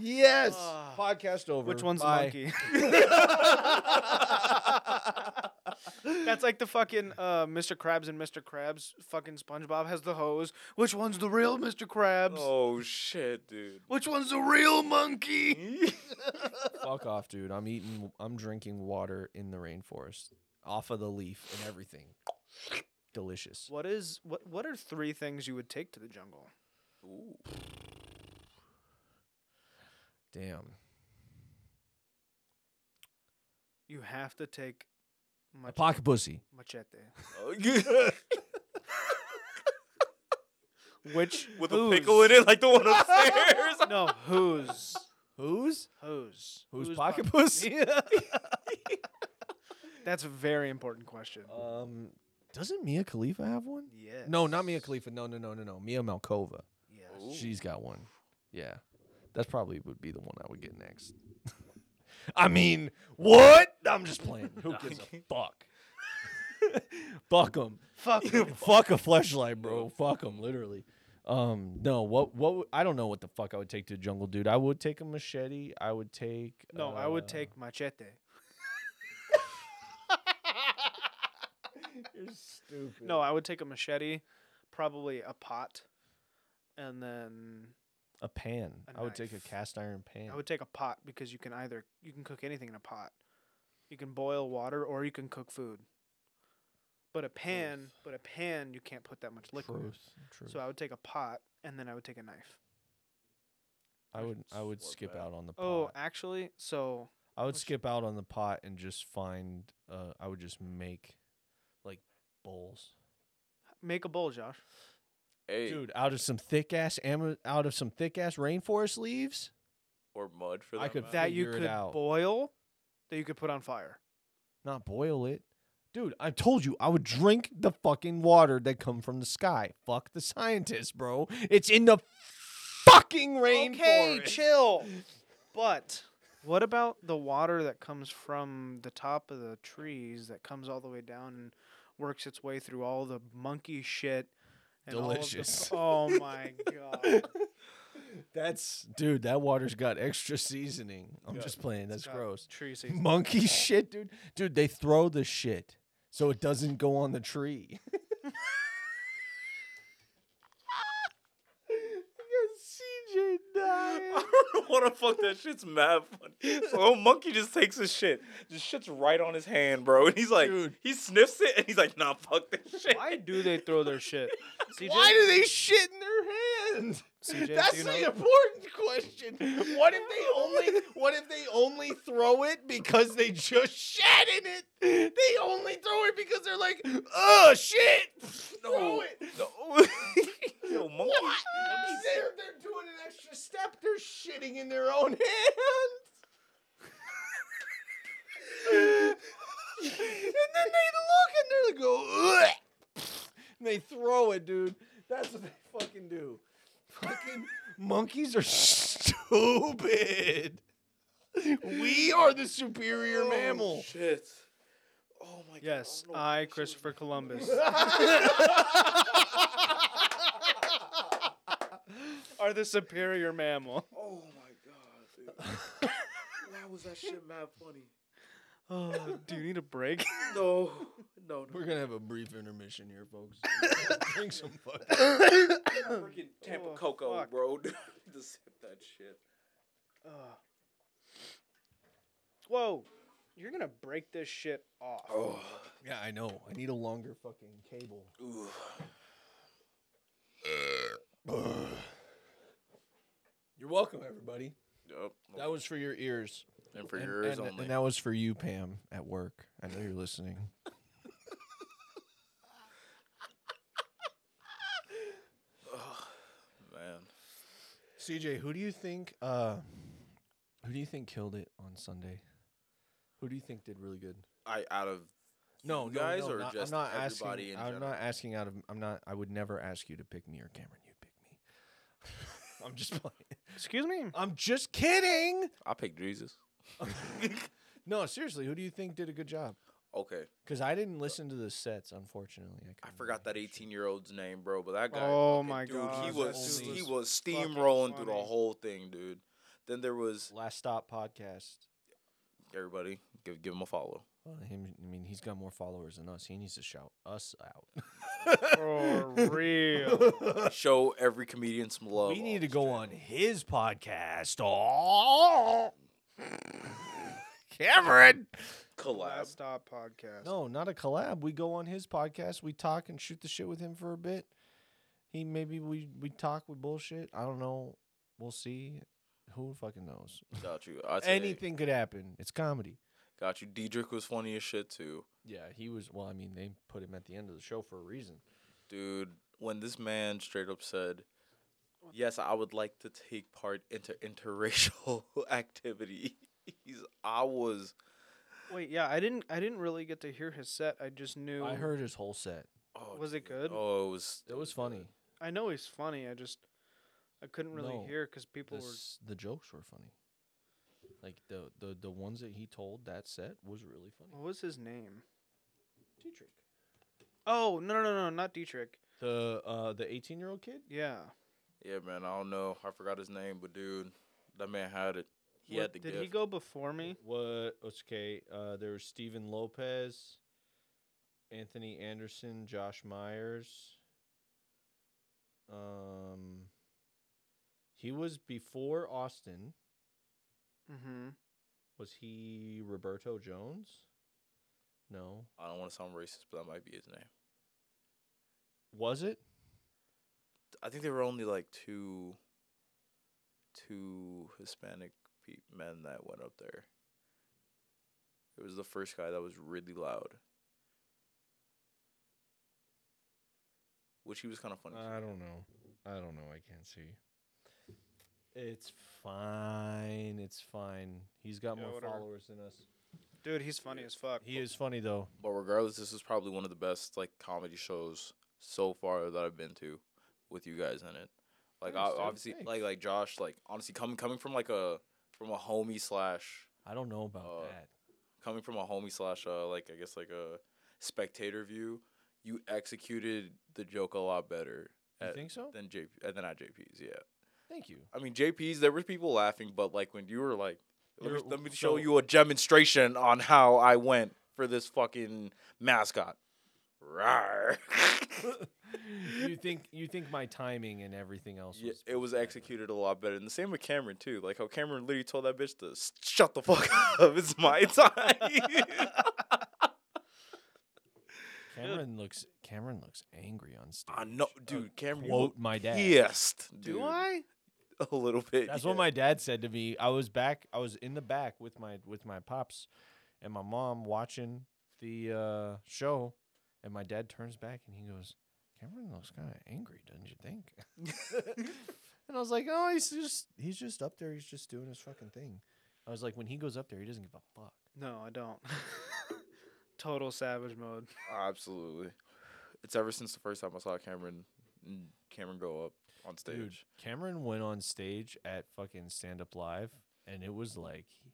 Speaker 1: yes.
Speaker 2: Ah.
Speaker 1: Podcast over.
Speaker 2: Which one's the
Speaker 1: Bye.
Speaker 2: monkey? That's like the fucking uh, Mr. Krabs and Mr. Krabs. Fucking SpongeBob has the hose. Which one's the real Mr. Krabs?
Speaker 3: Oh shit, dude.
Speaker 2: Which one's the real monkey?
Speaker 1: Fuck off, dude. I'm eating. I'm drinking water in the rainforest, off of the leaf and everything. Delicious.
Speaker 2: What is what? What are three things you would take to the jungle?
Speaker 3: Ooh.
Speaker 1: Damn.
Speaker 2: You have to take
Speaker 1: My
Speaker 2: mach-
Speaker 1: pocket pussy.
Speaker 2: machete.
Speaker 3: Oh, yeah.
Speaker 2: Which
Speaker 3: With a pickle in it, like the one upstairs.
Speaker 2: No, whose?
Speaker 1: Who's?
Speaker 2: Whose?
Speaker 1: Who's
Speaker 2: Whose
Speaker 1: pocket pussy?
Speaker 2: That's a very important question.
Speaker 1: um, doesn't Mia Khalifa have one?
Speaker 2: yes.
Speaker 1: No, not Mia Khalifa. No, no, no, no, no. Mia Malkova.
Speaker 2: Yes.
Speaker 3: Ooh.
Speaker 1: She's got one. Yeah. That's probably would be the one I would get next. I mean, what? I'm just playing. Who gives a fuck? Fuck them.
Speaker 2: Fuck.
Speaker 1: fuck a flashlight, bro. Fuck them, literally. Um, no, what, what? w- I don't know what the fuck I would take to the jungle, dude. I would take a machete. I would take.
Speaker 2: No, I would
Speaker 1: uh,
Speaker 2: take machete.
Speaker 1: You're stupid.
Speaker 2: No, I would take a machete, probably a pot, and then
Speaker 1: a pan.
Speaker 2: A
Speaker 1: I would take a
Speaker 2: knife.
Speaker 1: cast iron pan.
Speaker 2: I would take a pot because you can either you can cook anything in a pot. You can boil water or you can cook food. But a pan, but a pan you can't put that much liquid. in.
Speaker 1: Truth, truth.
Speaker 2: So I would take a pot and then I would take a knife.
Speaker 1: I would. I would
Speaker 3: Slurp
Speaker 1: skip
Speaker 3: that.
Speaker 1: out on the. Pot.
Speaker 2: Oh, actually, so
Speaker 1: I would
Speaker 2: Which-
Speaker 1: skip out on the pot and just find. Uh, I would just make, like, bowls,
Speaker 2: make a bowl, Josh.
Speaker 3: Hey,
Speaker 1: dude, out of some thick ass ama- out of some thick ass rainforest leaves.
Speaker 3: or mud for that.
Speaker 1: I could
Speaker 3: matter.
Speaker 2: That you
Speaker 1: Figure it
Speaker 2: could
Speaker 1: out.
Speaker 2: boil, that you could put on fire.
Speaker 1: Not boil it, dude. I told you I would drink the fucking water that come from the sky. Fuck the scientists, bro. It's in the fucking rainforest.
Speaker 2: Okay, chill. But what about the water that comes from the top of the trees that comes all the way down and works its way through all the monkey shit? And all of the-
Speaker 1: Delicious.
Speaker 2: oh my god!
Speaker 1: That's dude. That water's got extra seasoning. I'm
Speaker 3: Yeah.
Speaker 1: just playing. That's
Speaker 2: It's got
Speaker 1: gross.
Speaker 2: Tree season.
Speaker 1: Monkey shit, dude. Dude, they throw the shit so it doesn't go on the tree. I got CJ dying.
Speaker 3: I don't know what the fuck that shit's mad funny. So old monkey just takes his shit, just shits right on his hand, bro, and he's like,
Speaker 1: Dude.
Speaker 3: he sniffs it and he's like, nah, fuck this shit.
Speaker 2: Why do they throw their shit? CJ,
Speaker 1: Why do they shit in their hand?
Speaker 2: CJ, do
Speaker 1: That's
Speaker 2: you
Speaker 1: the
Speaker 2: know-
Speaker 1: important question. What if they only what if they only throw it because they just shat in it? They only throw it because they're like, oh shit! Throw
Speaker 3: No,
Speaker 1: it.
Speaker 3: no. Yo, monkey.
Speaker 1: What? Ah, They're, they're doing an extra step. They're shitting in their own hand. and then they look and they're like, go, "Ugh." and they throw it, dude. That's what they fucking do. Fucking monkeys are stupid. We are the superior
Speaker 3: Oh,
Speaker 1: mammal.
Speaker 3: Shit. Oh my god.
Speaker 2: Yes,
Speaker 3: don't know
Speaker 2: I,
Speaker 3: what that shit was
Speaker 2: Christopher Columbus. Are the superior mammal.
Speaker 3: Oh my god, dude. Why was that shit mad funny?
Speaker 2: Oh, do you need a break?
Speaker 3: No, no, no.
Speaker 1: We're gonna have a brief intermission here, folks. Drink some fucking.
Speaker 3: Freaking Tampa
Speaker 2: Oh,
Speaker 3: Coco,
Speaker 2: fuck.
Speaker 3: bro. Just sip that shit.
Speaker 2: Ugh. Whoa, you're gonna break this shit off.
Speaker 3: Oh.
Speaker 1: Yeah, I know. I need a longer fucking cable.
Speaker 3: Ooh.
Speaker 1: You're welcome, everybody.
Speaker 3: Yep.
Speaker 1: That was for your ears.
Speaker 3: and for
Speaker 1: And-
Speaker 3: yours
Speaker 1: and,
Speaker 3: only.
Speaker 1: And that was for you, Pam, at work. I know you're listening.
Speaker 3: Man.
Speaker 1: CJ, who do you think? Uh, who do you think killed it on Sunday? Who do you think did really good?
Speaker 3: I out of
Speaker 1: No,
Speaker 3: you
Speaker 1: no,
Speaker 3: guys
Speaker 1: no,
Speaker 3: or
Speaker 1: not-
Speaker 3: just
Speaker 1: I'm not
Speaker 3: everybody
Speaker 1: asking.
Speaker 3: in
Speaker 1: I'm
Speaker 3: general?
Speaker 1: not asking out of. I'm not. I would never ask you to pick me or Cameron. You pick me. I'm just playing.
Speaker 2: Excuse me.
Speaker 1: I'm just kidding.
Speaker 3: I picked Jesus.
Speaker 1: No, seriously, who do you think did a good job?
Speaker 3: Okay.
Speaker 1: Because I didn't listen to the sets, unfortunately.
Speaker 3: I
Speaker 1: couldn't
Speaker 3: forgot
Speaker 1: really
Speaker 3: that 18 year old's name, bro. But that guy,
Speaker 2: Oh
Speaker 3: fucking-
Speaker 2: my
Speaker 3: dude, he
Speaker 2: God,
Speaker 1: that
Speaker 3: was
Speaker 1: dude
Speaker 3: he
Speaker 1: was
Speaker 3: was
Speaker 2: fucking
Speaker 3: steamrolling through the
Speaker 2: funny.
Speaker 3: whole thing, dude. Then there was
Speaker 1: Last Stop podcast.
Speaker 3: everybody give give him a follow.
Speaker 1: Well, him, I mean, he's got more followers than us. He needs to shout us out.
Speaker 2: For real.
Speaker 3: Show every comedian some love.
Speaker 1: we need to
Speaker 3: this
Speaker 1: go
Speaker 3: channel.
Speaker 1: on his podcast. Oh, Cameron.
Speaker 3: collab.
Speaker 2: Last Stop podcast.
Speaker 1: No, not a collab. We go on his podcast. We talk and shoot the shit with him for a bit. He maybe we we talk we bullshit. I don't know. We'll see. Who fucking knows?
Speaker 3: Got you. I say,
Speaker 1: Anything could happen. It's comedy.
Speaker 3: Got you. Diedrich was funny as shit too,
Speaker 1: Yeah, he was. Well, I mean, they put him at the end of the show for a reason.
Speaker 3: dude. When this man straight up said, "Yes, I would like to take part into interracial activities," I was.
Speaker 2: Wait, yeah, I didn't. I didn't really get to hear his set. I just knew.
Speaker 1: I heard his whole set.
Speaker 3: Oh,
Speaker 2: Was it good?
Speaker 3: dude. Oh, it was.
Speaker 1: It was funny.
Speaker 2: I know he's funny. I just. I couldn't really
Speaker 1: No,
Speaker 2: hear because
Speaker 1: The,
Speaker 2: people
Speaker 1: s- the jokes were funny. Like the the the ones that he told that set was really
Speaker 2: were.
Speaker 1: funny.
Speaker 2: What was his name?
Speaker 1: Dietrich.
Speaker 2: Oh no no no no not Dietrich.
Speaker 1: The uh the 18 year old kid.
Speaker 2: Yeah.
Speaker 3: Yeah, man. I don't know. I forgot his name, but dude, that man had it. He
Speaker 2: What-
Speaker 3: had the
Speaker 2: Did
Speaker 3: gift.
Speaker 2: he go before me?
Speaker 1: What? Okay. Uh, there was Steven Lopez, Anthony Anderson, Josh Myers. Um, he was before Austin.
Speaker 2: Mm-hmm.
Speaker 1: Was he Roberto Jones? No.
Speaker 3: I don't want to sound racist, but that might be his name.
Speaker 1: Was it?
Speaker 3: I think there were only like two, two Hispanic pe- men that went up there. It was the first guy that was really loud, which he was kind of funny. too.
Speaker 1: I don't know. I don't know. I can't see. It's fine. It's fine. He's got
Speaker 2: Yeah,
Speaker 1: more
Speaker 2: whatever.
Speaker 1: followers than us.
Speaker 2: Dude, he's funny as fuck.
Speaker 1: He is funny though.
Speaker 3: But regardless, this is probably one of the best like comedy shows so far that I've been to, with you guys in it. Like
Speaker 1: Thanks,
Speaker 3: I,
Speaker 1: dude.
Speaker 3: obviously, like
Speaker 1: Thanks.
Speaker 3: like Josh, like honestly, coming coming from like a from a homie slash
Speaker 1: I don't know about
Speaker 3: Uh,
Speaker 1: that.
Speaker 3: coming from a homie slash uh, like I guess like a spectator view, you executed the joke a lot better
Speaker 1: You
Speaker 3: at-
Speaker 1: think so?
Speaker 3: than JP uh, than at JP's. Yeah,
Speaker 1: Thank you.
Speaker 3: I mean JP's. There were people laughing, but like when you were like, let me,
Speaker 1: You're-
Speaker 3: let me show
Speaker 1: so-
Speaker 3: you a demonstration on how I went for this fucking mascot. Rawr.
Speaker 1: you think you think my timing and everything else
Speaker 3: Yeah,
Speaker 1: was
Speaker 3: it was
Speaker 1: better.
Speaker 3: executed a lot better. And the same with Cameron too. Like how Cameron literally told that bitch to "S- shut the fuck up. It's my time.
Speaker 1: Cameron looks Cameron looks angry on stage.
Speaker 3: I know,
Speaker 1: Uh,
Speaker 3: dude. Cameron, you
Speaker 1: Quote my dad.
Speaker 3: Pissed,
Speaker 2: Do
Speaker 3: dude.
Speaker 2: I?
Speaker 3: A little bit.
Speaker 1: That's
Speaker 3: yeah.
Speaker 1: what my dad said to me. I was back. I was in the back with my with my pops and my mom watching the uh, show, and my dad turns back and he goes, "Cameron looks kind of angry, doesn't you think?" and I was like, "Oh, he's just he's just up there. He's just doing his fucking thing." I was like, "When he goes up there, he doesn't give a fuck."
Speaker 2: No, I don't. Total savage mode.
Speaker 3: Absolutely. It's ever since the first time I saw Cameron, mm, Cameron go up on stage.
Speaker 1: Dude, Cameron went on stage at fucking stand up live, and it was like he,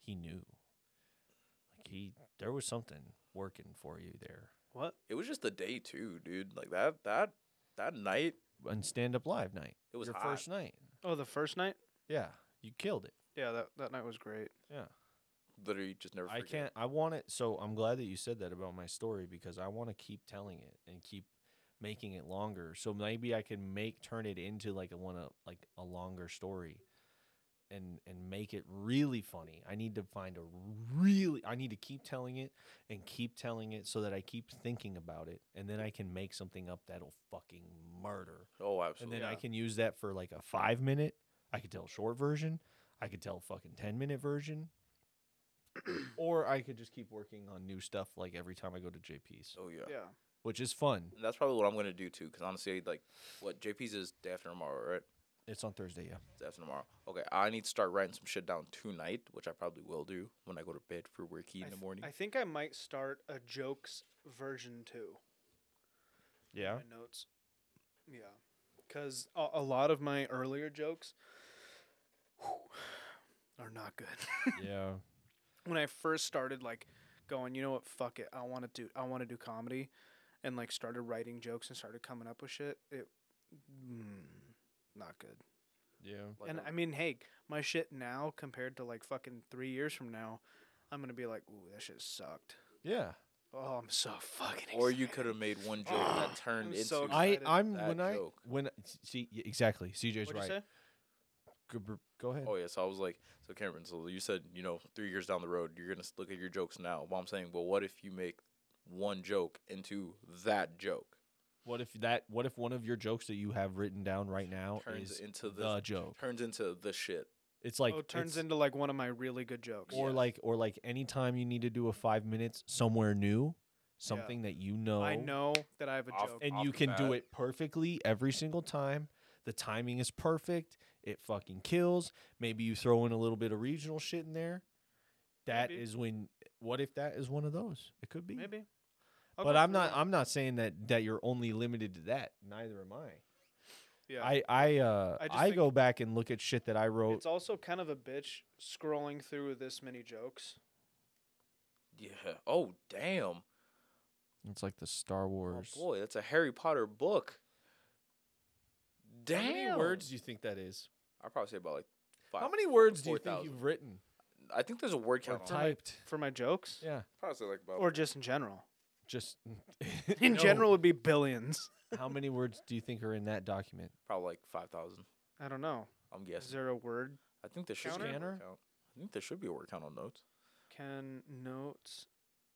Speaker 1: he knew, like he there was something working for you there.
Speaker 2: What?
Speaker 3: It was just the day too, dude. Like that, that, that night.
Speaker 1: on stand up live night.
Speaker 3: It was
Speaker 1: your
Speaker 3: hot.
Speaker 1: first night.
Speaker 2: Oh, the first night?
Speaker 1: Yeah, you killed it.
Speaker 2: Yeah, that, that night was great.
Speaker 1: Yeah,
Speaker 3: Literally, just never.
Speaker 1: I
Speaker 3: Forget.
Speaker 1: can't. I want it. So I'm glad that you said that about my story because I want to keep telling it and keep making it longer. So maybe I can make turn it into like a one of like a longer story, and and make it really funny. I need to find a really. I need to keep telling it and keep telling it so that I keep thinking about it, and then I can make something up that'll fucking murder.
Speaker 3: Oh,
Speaker 1: and
Speaker 3: absolutely.
Speaker 1: then I
Speaker 2: Yeah.
Speaker 1: can use that for like a five minute. I could tell a short version. I could tell a fucking ten minute version, or I could just keep working on new stuff like every time I go to JP's,
Speaker 3: Oh yeah.
Speaker 2: Yeah.
Speaker 1: which is fun.
Speaker 3: And that's probably what I'm gonna do too. Cause honestly, like, what JP's is day after tomorrow, right?
Speaker 1: It's on Thursday, yeah.
Speaker 3: It's after tomorrow. Okay, I need to start writing some shit down tonight, which I probably will do when I go to bed for worky
Speaker 2: I
Speaker 3: in the
Speaker 2: th-
Speaker 3: morning.
Speaker 2: I think I might start a jokes version two.
Speaker 3: Oh.
Speaker 1: Yeah.
Speaker 2: my notes. Yeah, because a, a lot of my earlier jokes whew, are not good.
Speaker 1: yeah.
Speaker 2: when I first started, like going, you know what? Fuck it. I want to do. I want to do comedy, and like started writing jokes and started coming up with shit. It, mm, not good.
Speaker 1: Yeah.
Speaker 3: Like,
Speaker 2: and
Speaker 3: I'm-
Speaker 2: I mean, hey, my shit now compared to like fucking three years from now, I'm gonna be like, ooh, that shit sucked.
Speaker 1: Yeah.
Speaker 2: Oh, I'm so fucking.
Speaker 3: or you
Speaker 2: excited."
Speaker 3: could have made one joke
Speaker 2: Ah,
Speaker 3: that turned
Speaker 2: I'm
Speaker 3: into.
Speaker 2: so
Speaker 1: I
Speaker 2: excited.
Speaker 1: I'm
Speaker 3: That
Speaker 1: when I
Speaker 3: joke.
Speaker 1: when see y- exactly CJ's
Speaker 2: What'd you
Speaker 1: right.
Speaker 2: say?
Speaker 1: Go, br- go ahead.
Speaker 3: Oh yeah, so I was like, so Cameron, so you said you know three years down the road you're gonna s- look at your jokes now. Well, I'm saying, well, what if you make one joke into that joke
Speaker 1: What if that? What if one of your jokes that you have written down right now
Speaker 3: turns
Speaker 1: is
Speaker 3: into the,
Speaker 1: the joke?
Speaker 3: turns into the shit?
Speaker 1: It's like
Speaker 2: oh, it turns
Speaker 1: it's-
Speaker 2: into like one of my really good jokes.
Speaker 1: or
Speaker 3: Yeah.
Speaker 1: like or like anytime you need to do a five minutes somewhere new something that you know
Speaker 2: I know that I have a
Speaker 3: Off-
Speaker 2: joke.
Speaker 1: and
Speaker 3: off
Speaker 1: you
Speaker 3: the
Speaker 1: can do
Speaker 3: bat.
Speaker 1: it perfectly every single time the timing is perfect it fucking kills maybe you throw in a little bit of regional shit in there That is
Speaker 2: Maybe.
Speaker 1: when what if that is one of those it could be
Speaker 2: Maybe. I'll
Speaker 1: but
Speaker 2: go
Speaker 1: i'm
Speaker 2: for
Speaker 1: not
Speaker 2: that.
Speaker 1: i'm not saying that that you're only limited to that neither am i
Speaker 2: yeah.
Speaker 1: i i uh
Speaker 2: I just
Speaker 1: i,
Speaker 2: think-
Speaker 1: go back and look at shit that i wrote
Speaker 2: it's also kind of a bitch scrolling through this many jokes.
Speaker 3: Yeah. Oh damn.
Speaker 1: It's like the Star Wars.
Speaker 3: Oh boy, that's a Harry Potter book.
Speaker 1: How many
Speaker 3: Damn.
Speaker 1: words do you think that is?
Speaker 3: I'll probably say about like five.
Speaker 1: How many words do you think
Speaker 3: 4,000.
Speaker 1: you've written
Speaker 3: I think there's a word
Speaker 1: or
Speaker 3: count. on it.
Speaker 1: typed?
Speaker 2: for my jokes
Speaker 1: Yeah,
Speaker 3: Probably say like about
Speaker 2: or just in general.
Speaker 1: just
Speaker 2: In
Speaker 1: No.
Speaker 2: general would be billions.
Speaker 1: How many words do you think are in that document?
Speaker 3: probably like five thousand.
Speaker 2: I don't know.
Speaker 3: I'm
Speaker 2: Is
Speaker 3: guessing.
Speaker 2: there a word
Speaker 3: I think there should be a
Speaker 1: Scanner?
Speaker 3: word count. I think there should be a word count on notes.
Speaker 2: can notes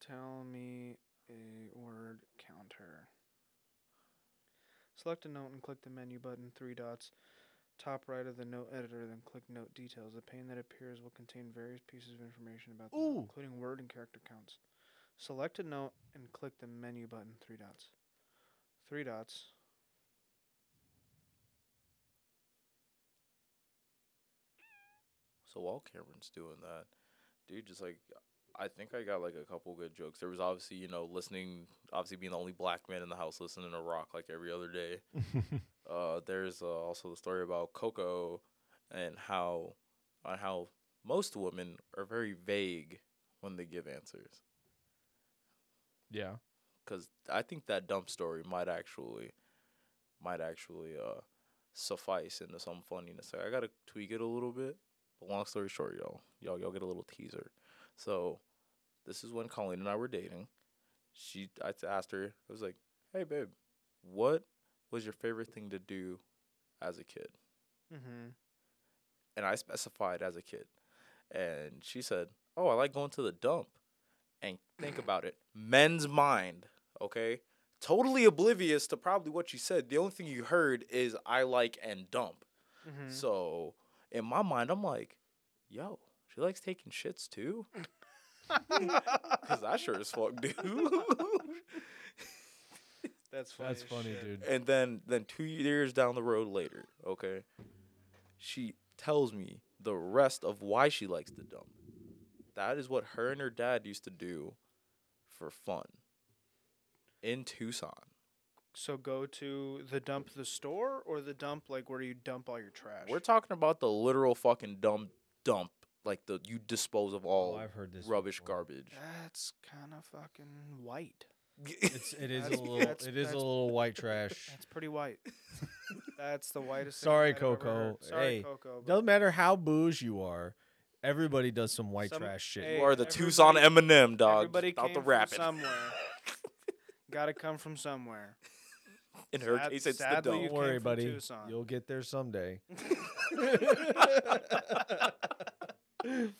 Speaker 2: tell me a word counter? Select a note and click the menu button, three dots. Top right of the note editor, then click note details. The pane that appears will contain various pieces of information about the note,
Speaker 1: Ooh.
Speaker 2: including word and character counts. Select a note and click the menu button, three dots. Three dots.
Speaker 3: So while Cameron's doing that, dude, just like I think I got like a couple good jokes. There was obviously you know listening, obviously being the only black man in the house listening to rock like every other day. Uh, there's uh, also the story about Coco and how on how most women are very vague when they give answers.
Speaker 1: yeah.
Speaker 3: Cause I think that dump story might actually might actually uh suffice into some funniness. Like, I gotta tweak it a little bit. But long story short, y'all, y'all y'all get a little teaser. So this is when Colleen and I were dating. She I t- asked her, I was like, Hey babe, what was your favorite thing to do as a kid?
Speaker 2: Mm-hmm.
Speaker 3: and I specified as a kid. And she said, Oh, I like going to the dump. And think about it men's mind, okay? Totally oblivious to probably what you said. The only thing you heard is I like and dump.
Speaker 2: Mm-hmm.
Speaker 3: So in my mind, I'm like, Yo, she likes taking shits too? Because I sure as fuck do.
Speaker 2: That's funny.
Speaker 1: That's
Speaker 2: as
Speaker 1: funny,
Speaker 2: shit.
Speaker 1: dude.
Speaker 3: and then, then two years down the road later, okay, she tells me the rest of why she likes to dump. That is what her and her dad used to do for fun in Tucson.
Speaker 2: So go to the dump, the store, or the dump like where you dump all your trash.
Speaker 3: We're talking about the literal fucking dump dump, like the you dispose of
Speaker 1: Oh,
Speaker 3: all
Speaker 1: I've heard this
Speaker 3: rubbish
Speaker 1: before.
Speaker 3: garbage.
Speaker 2: that's kind of fucking white.
Speaker 1: It's it is a
Speaker 2: That's-
Speaker 1: little
Speaker 2: that's-
Speaker 1: it is a
Speaker 2: that's-
Speaker 1: little white trash.
Speaker 2: That's pretty white. that's the whitest. thing
Speaker 1: Sorry,
Speaker 2: I've ever
Speaker 1: Coco.
Speaker 2: heard. Sorry,
Speaker 1: Hey,
Speaker 2: Coco. but
Speaker 1: Doesn't matter how bouge you are, everybody does some white
Speaker 2: Some-
Speaker 1: trash shit.
Speaker 2: hey,
Speaker 3: you are the
Speaker 2: everybody-
Speaker 3: Tucson Eminem dog.
Speaker 2: everybody
Speaker 3: out
Speaker 2: came
Speaker 3: the
Speaker 2: from
Speaker 3: rapping.
Speaker 2: somewhere. Gotta come from somewhere.
Speaker 3: in her
Speaker 2: Sad-
Speaker 3: case, it's the
Speaker 2: sadly,
Speaker 3: dump.
Speaker 2: you
Speaker 1: Don't
Speaker 2: came
Speaker 1: worry,
Speaker 2: from
Speaker 1: buddy.
Speaker 2: Tucson.
Speaker 1: You'll get there someday.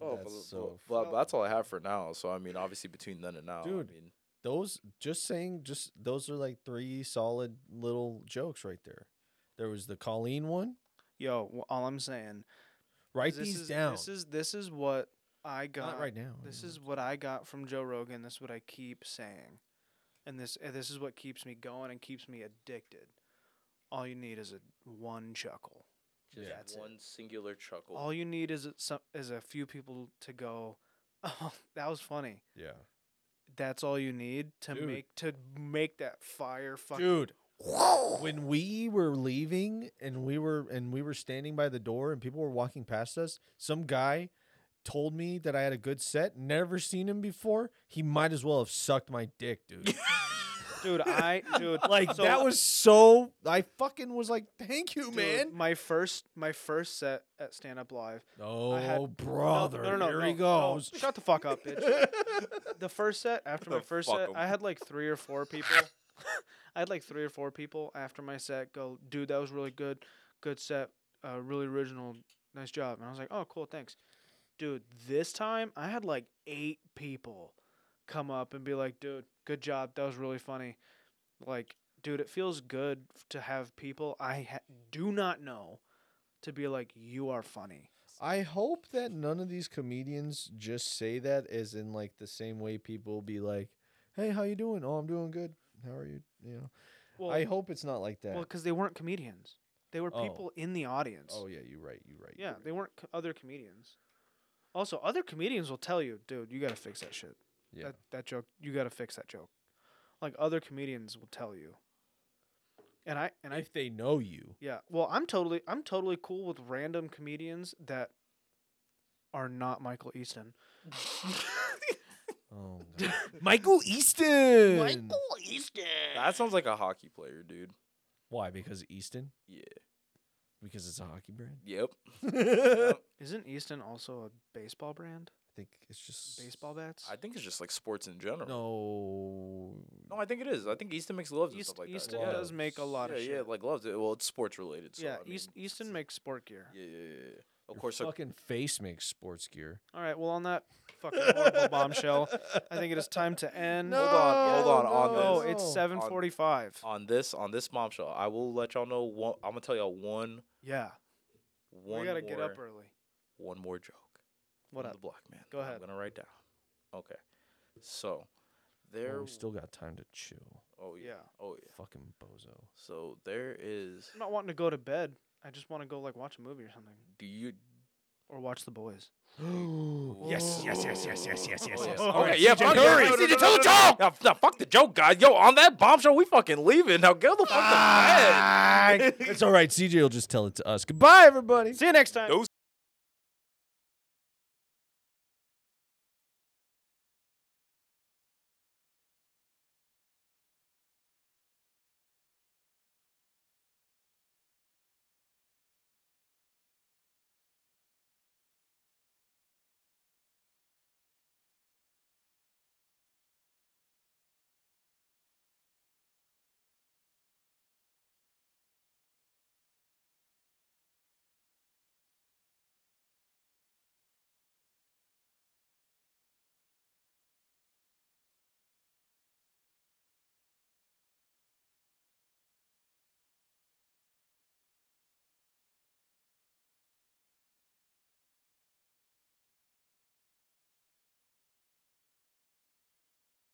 Speaker 3: Oh,
Speaker 1: That's
Speaker 3: but,
Speaker 1: so
Speaker 3: but- but
Speaker 2: funny.
Speaker 3: that's all I have for now. So I mean, obviously between then and now,
Speaker 1: Dude.
Speaker 3: I mean,
Speaker 1: those just saying just those are like three solid little jokes right there. There was the Colleen one.
Speaker 2: Yo, w- all I'm saying.
Speaker 1: Write
Speaker 2: is
Speaker 1: these
Speaker 2: is,
Speaker 1: down.
Speaker 2: This is this is what I got.
Speaker 1: Not right now.
Speaker 2: This
Speaker 1: anyway.
Speaker 2: is what I got from Joe Rogan. This is what I keep saying, and this and this is what keeps me going and keeps me addicted. All you need is a one chuckle.
Speaker 3: just
Speaker 2: That's it.
Speaker 3: one singular chuckle.
Speaker 2: All you need is a, some is a few people to go. Oh, that was funny.
Speaker 1: yeah,
Speaker 2: That's all you need to
Speaker 1: Dude.
Speaker 2: make to make that fire fucking.
Speaker 1: dude. When we were leaving and we were and we were standing by the door and people were walking past us, some guy told me that I had a good set. Never seen him before. He might as well have sucked my dick, dude.
Speaker 2: dude, I dude
Speaker 1: like
Speaker 2: so-
Speaker 1: that was so. I fucking was like, thank you,
Speaker 2: dude,
Speaker 1: man.
Speaker 2: My first my first set at Stand Up Live.
Speaker 1: Oh,
Speaker 2: had-
Speaker 1: brother.
Speaker 2: no, no, no,
Speaker 1: here he
Speaker 2: no, no.
Speaker 1: goes.
Speaker 2: shut the fuck up, bitch. the first set after my
Speaker 3: The
Speaker 2: first
Speaker 3: fuck
Speaker 2: set,
Speaker 3: 'em.
Speaker 2: I had like three or four people. I had like three or four people after my set go, dude, that was really good, good set, uh, really original, nice job. And I was like, oh, cool, thanks, dude. This time I had like eight people come up and be like, dude, good job, that was really funny. Like, dude, it feels good f- to have people I ha- do not know to be like, you are funny.
Speaker 1: I hope that none of these comedians just say that as in like the same way people be like, "Hey, how you doing? Oh, I'm doing good. How are you?" You know.
Speaker 2: Well,
Speaker 1: I hope it's not like that.
Speaker 2: Well, because they weren't comedians. They were
Speaker 1: Oh.
Speaker 2: people in the audience.
Speaker 1: oh yeah, you're right. You're right.
Speaker 2: yeah,
Speaker 1: you're right.
Speaker 2: they weren't co- other comedians. Also, other comedians will tell you, dude, you got to fix that shit.
Speaker 1: Yeah.
Speaker 2: That, that joke, you got to fix that joke. Like other comedians will tell you. And I and I
Speaker 1: if they know you,
Speaker 2: yeah, well, I'm totally I'm totally cool with random comedians that are not Michael Easton.
Speaker 1: oh, God. Michael Easton.
Speaker 2: Easton.
Speaker 3: That sounds like a hockey player, dude.
Speaker 1: Why? Because Easton?
Speaker 3: Yeah.
Speaker 1: Because it's a hockey brand.
Speaker 3: Yep.
Speaker 1: I
Speaker 3: Yep.
Speaker 2: Isn't Easton also a baseball brand?
Speaker 1: think it's just
Speaker 2: Baseball bats.
Speaker 3: I think it's just like sports in general.
Speaker 1: No.
Speaker 3: No, I think it is. I think Easton makes gloves and
Speaker 2: East,
Speaker 3: stuff like
Speaker 2: Easton
Speaker 3: that. Yeah.
Speaker 2: does make a lot
Speaker 3: yeah,
Speaker 2: of shit.
Speaker 3: yeah, like gloves. Well, it's sports related. So,
Speaker 2: yeah,
Speaker 3: I mean,
Speaker 2: East, Easton makes sport gear.
Speaker 3: Yeah, yeah, yeah, yeah. Of
Speaker 1: Your
Speaker 3: course, a
Speaker 1: fucking face makes sports gear.
Speaker 2: All right. Well, on that fucking horrible bombshell, I think it is time to end.
Speaker 1: No,
Speaker 3: on, hold on, on
Speaker 2: Oh,
Speaker 3: no.
Speaker 2: it's
Speaker 1: no.
Speaker 2: 7:45.
Speaker 3: on this on this mom show, I will let y'all know. One, I'm gonna tell y'all one
Speaker 2: Yeah,
Speaker 3: one
Speaker 2: we gotta
Speaker 3: more
Speaker 2: get up early.
Speaker 3: one more joke.
Speaker 2: What
Speaker 3: on
Speaker 2: up?
Speaker 3: The black man.
Speaker 2: Go ahead.
Speaker 3: I'm gonna write down. Okay. So
Speaker 1: Oh,
Speaker 3: there.
Speaker 1: we still got time to chill.
Speaker 3: Oh yeah.
Speaker 2: Yeah.
Speaker 3: Oh yeah.
Speaker 1: Fucking bozo.
Speaker 3: So there is.
Speaker 2: I'm not wanting to go to bed. I just want to go like watch a movie or something,
Speaker 3: Do you?
Speaker 2: or watch The Boys.
Speaker 1: yes, yes, yes, yes, yes, yes, yes, yes.
Speaker 2: All right,
Speaker 3: Okay, yeah,
Speaker 1: CJ,
Speaker 3: fuck
Speaker 1: hurry.
Speaker 3: yeah, no, no,
Speaker 1: CJ, tell
Speaker 3: no, no,
Speaker 1: the
Speaker 3: no, no.
Speaker 1: joke.
Speaker 3: Now, now, fuck the joke, guys. Yo, on that bombshell, we fucking leaving. Now, go the fuck to bed.
Speaker 1: It's all right. CJ will just tell it to us. Goodbye, everybody.
Speaker 2: See you next time.
Speaker 3: No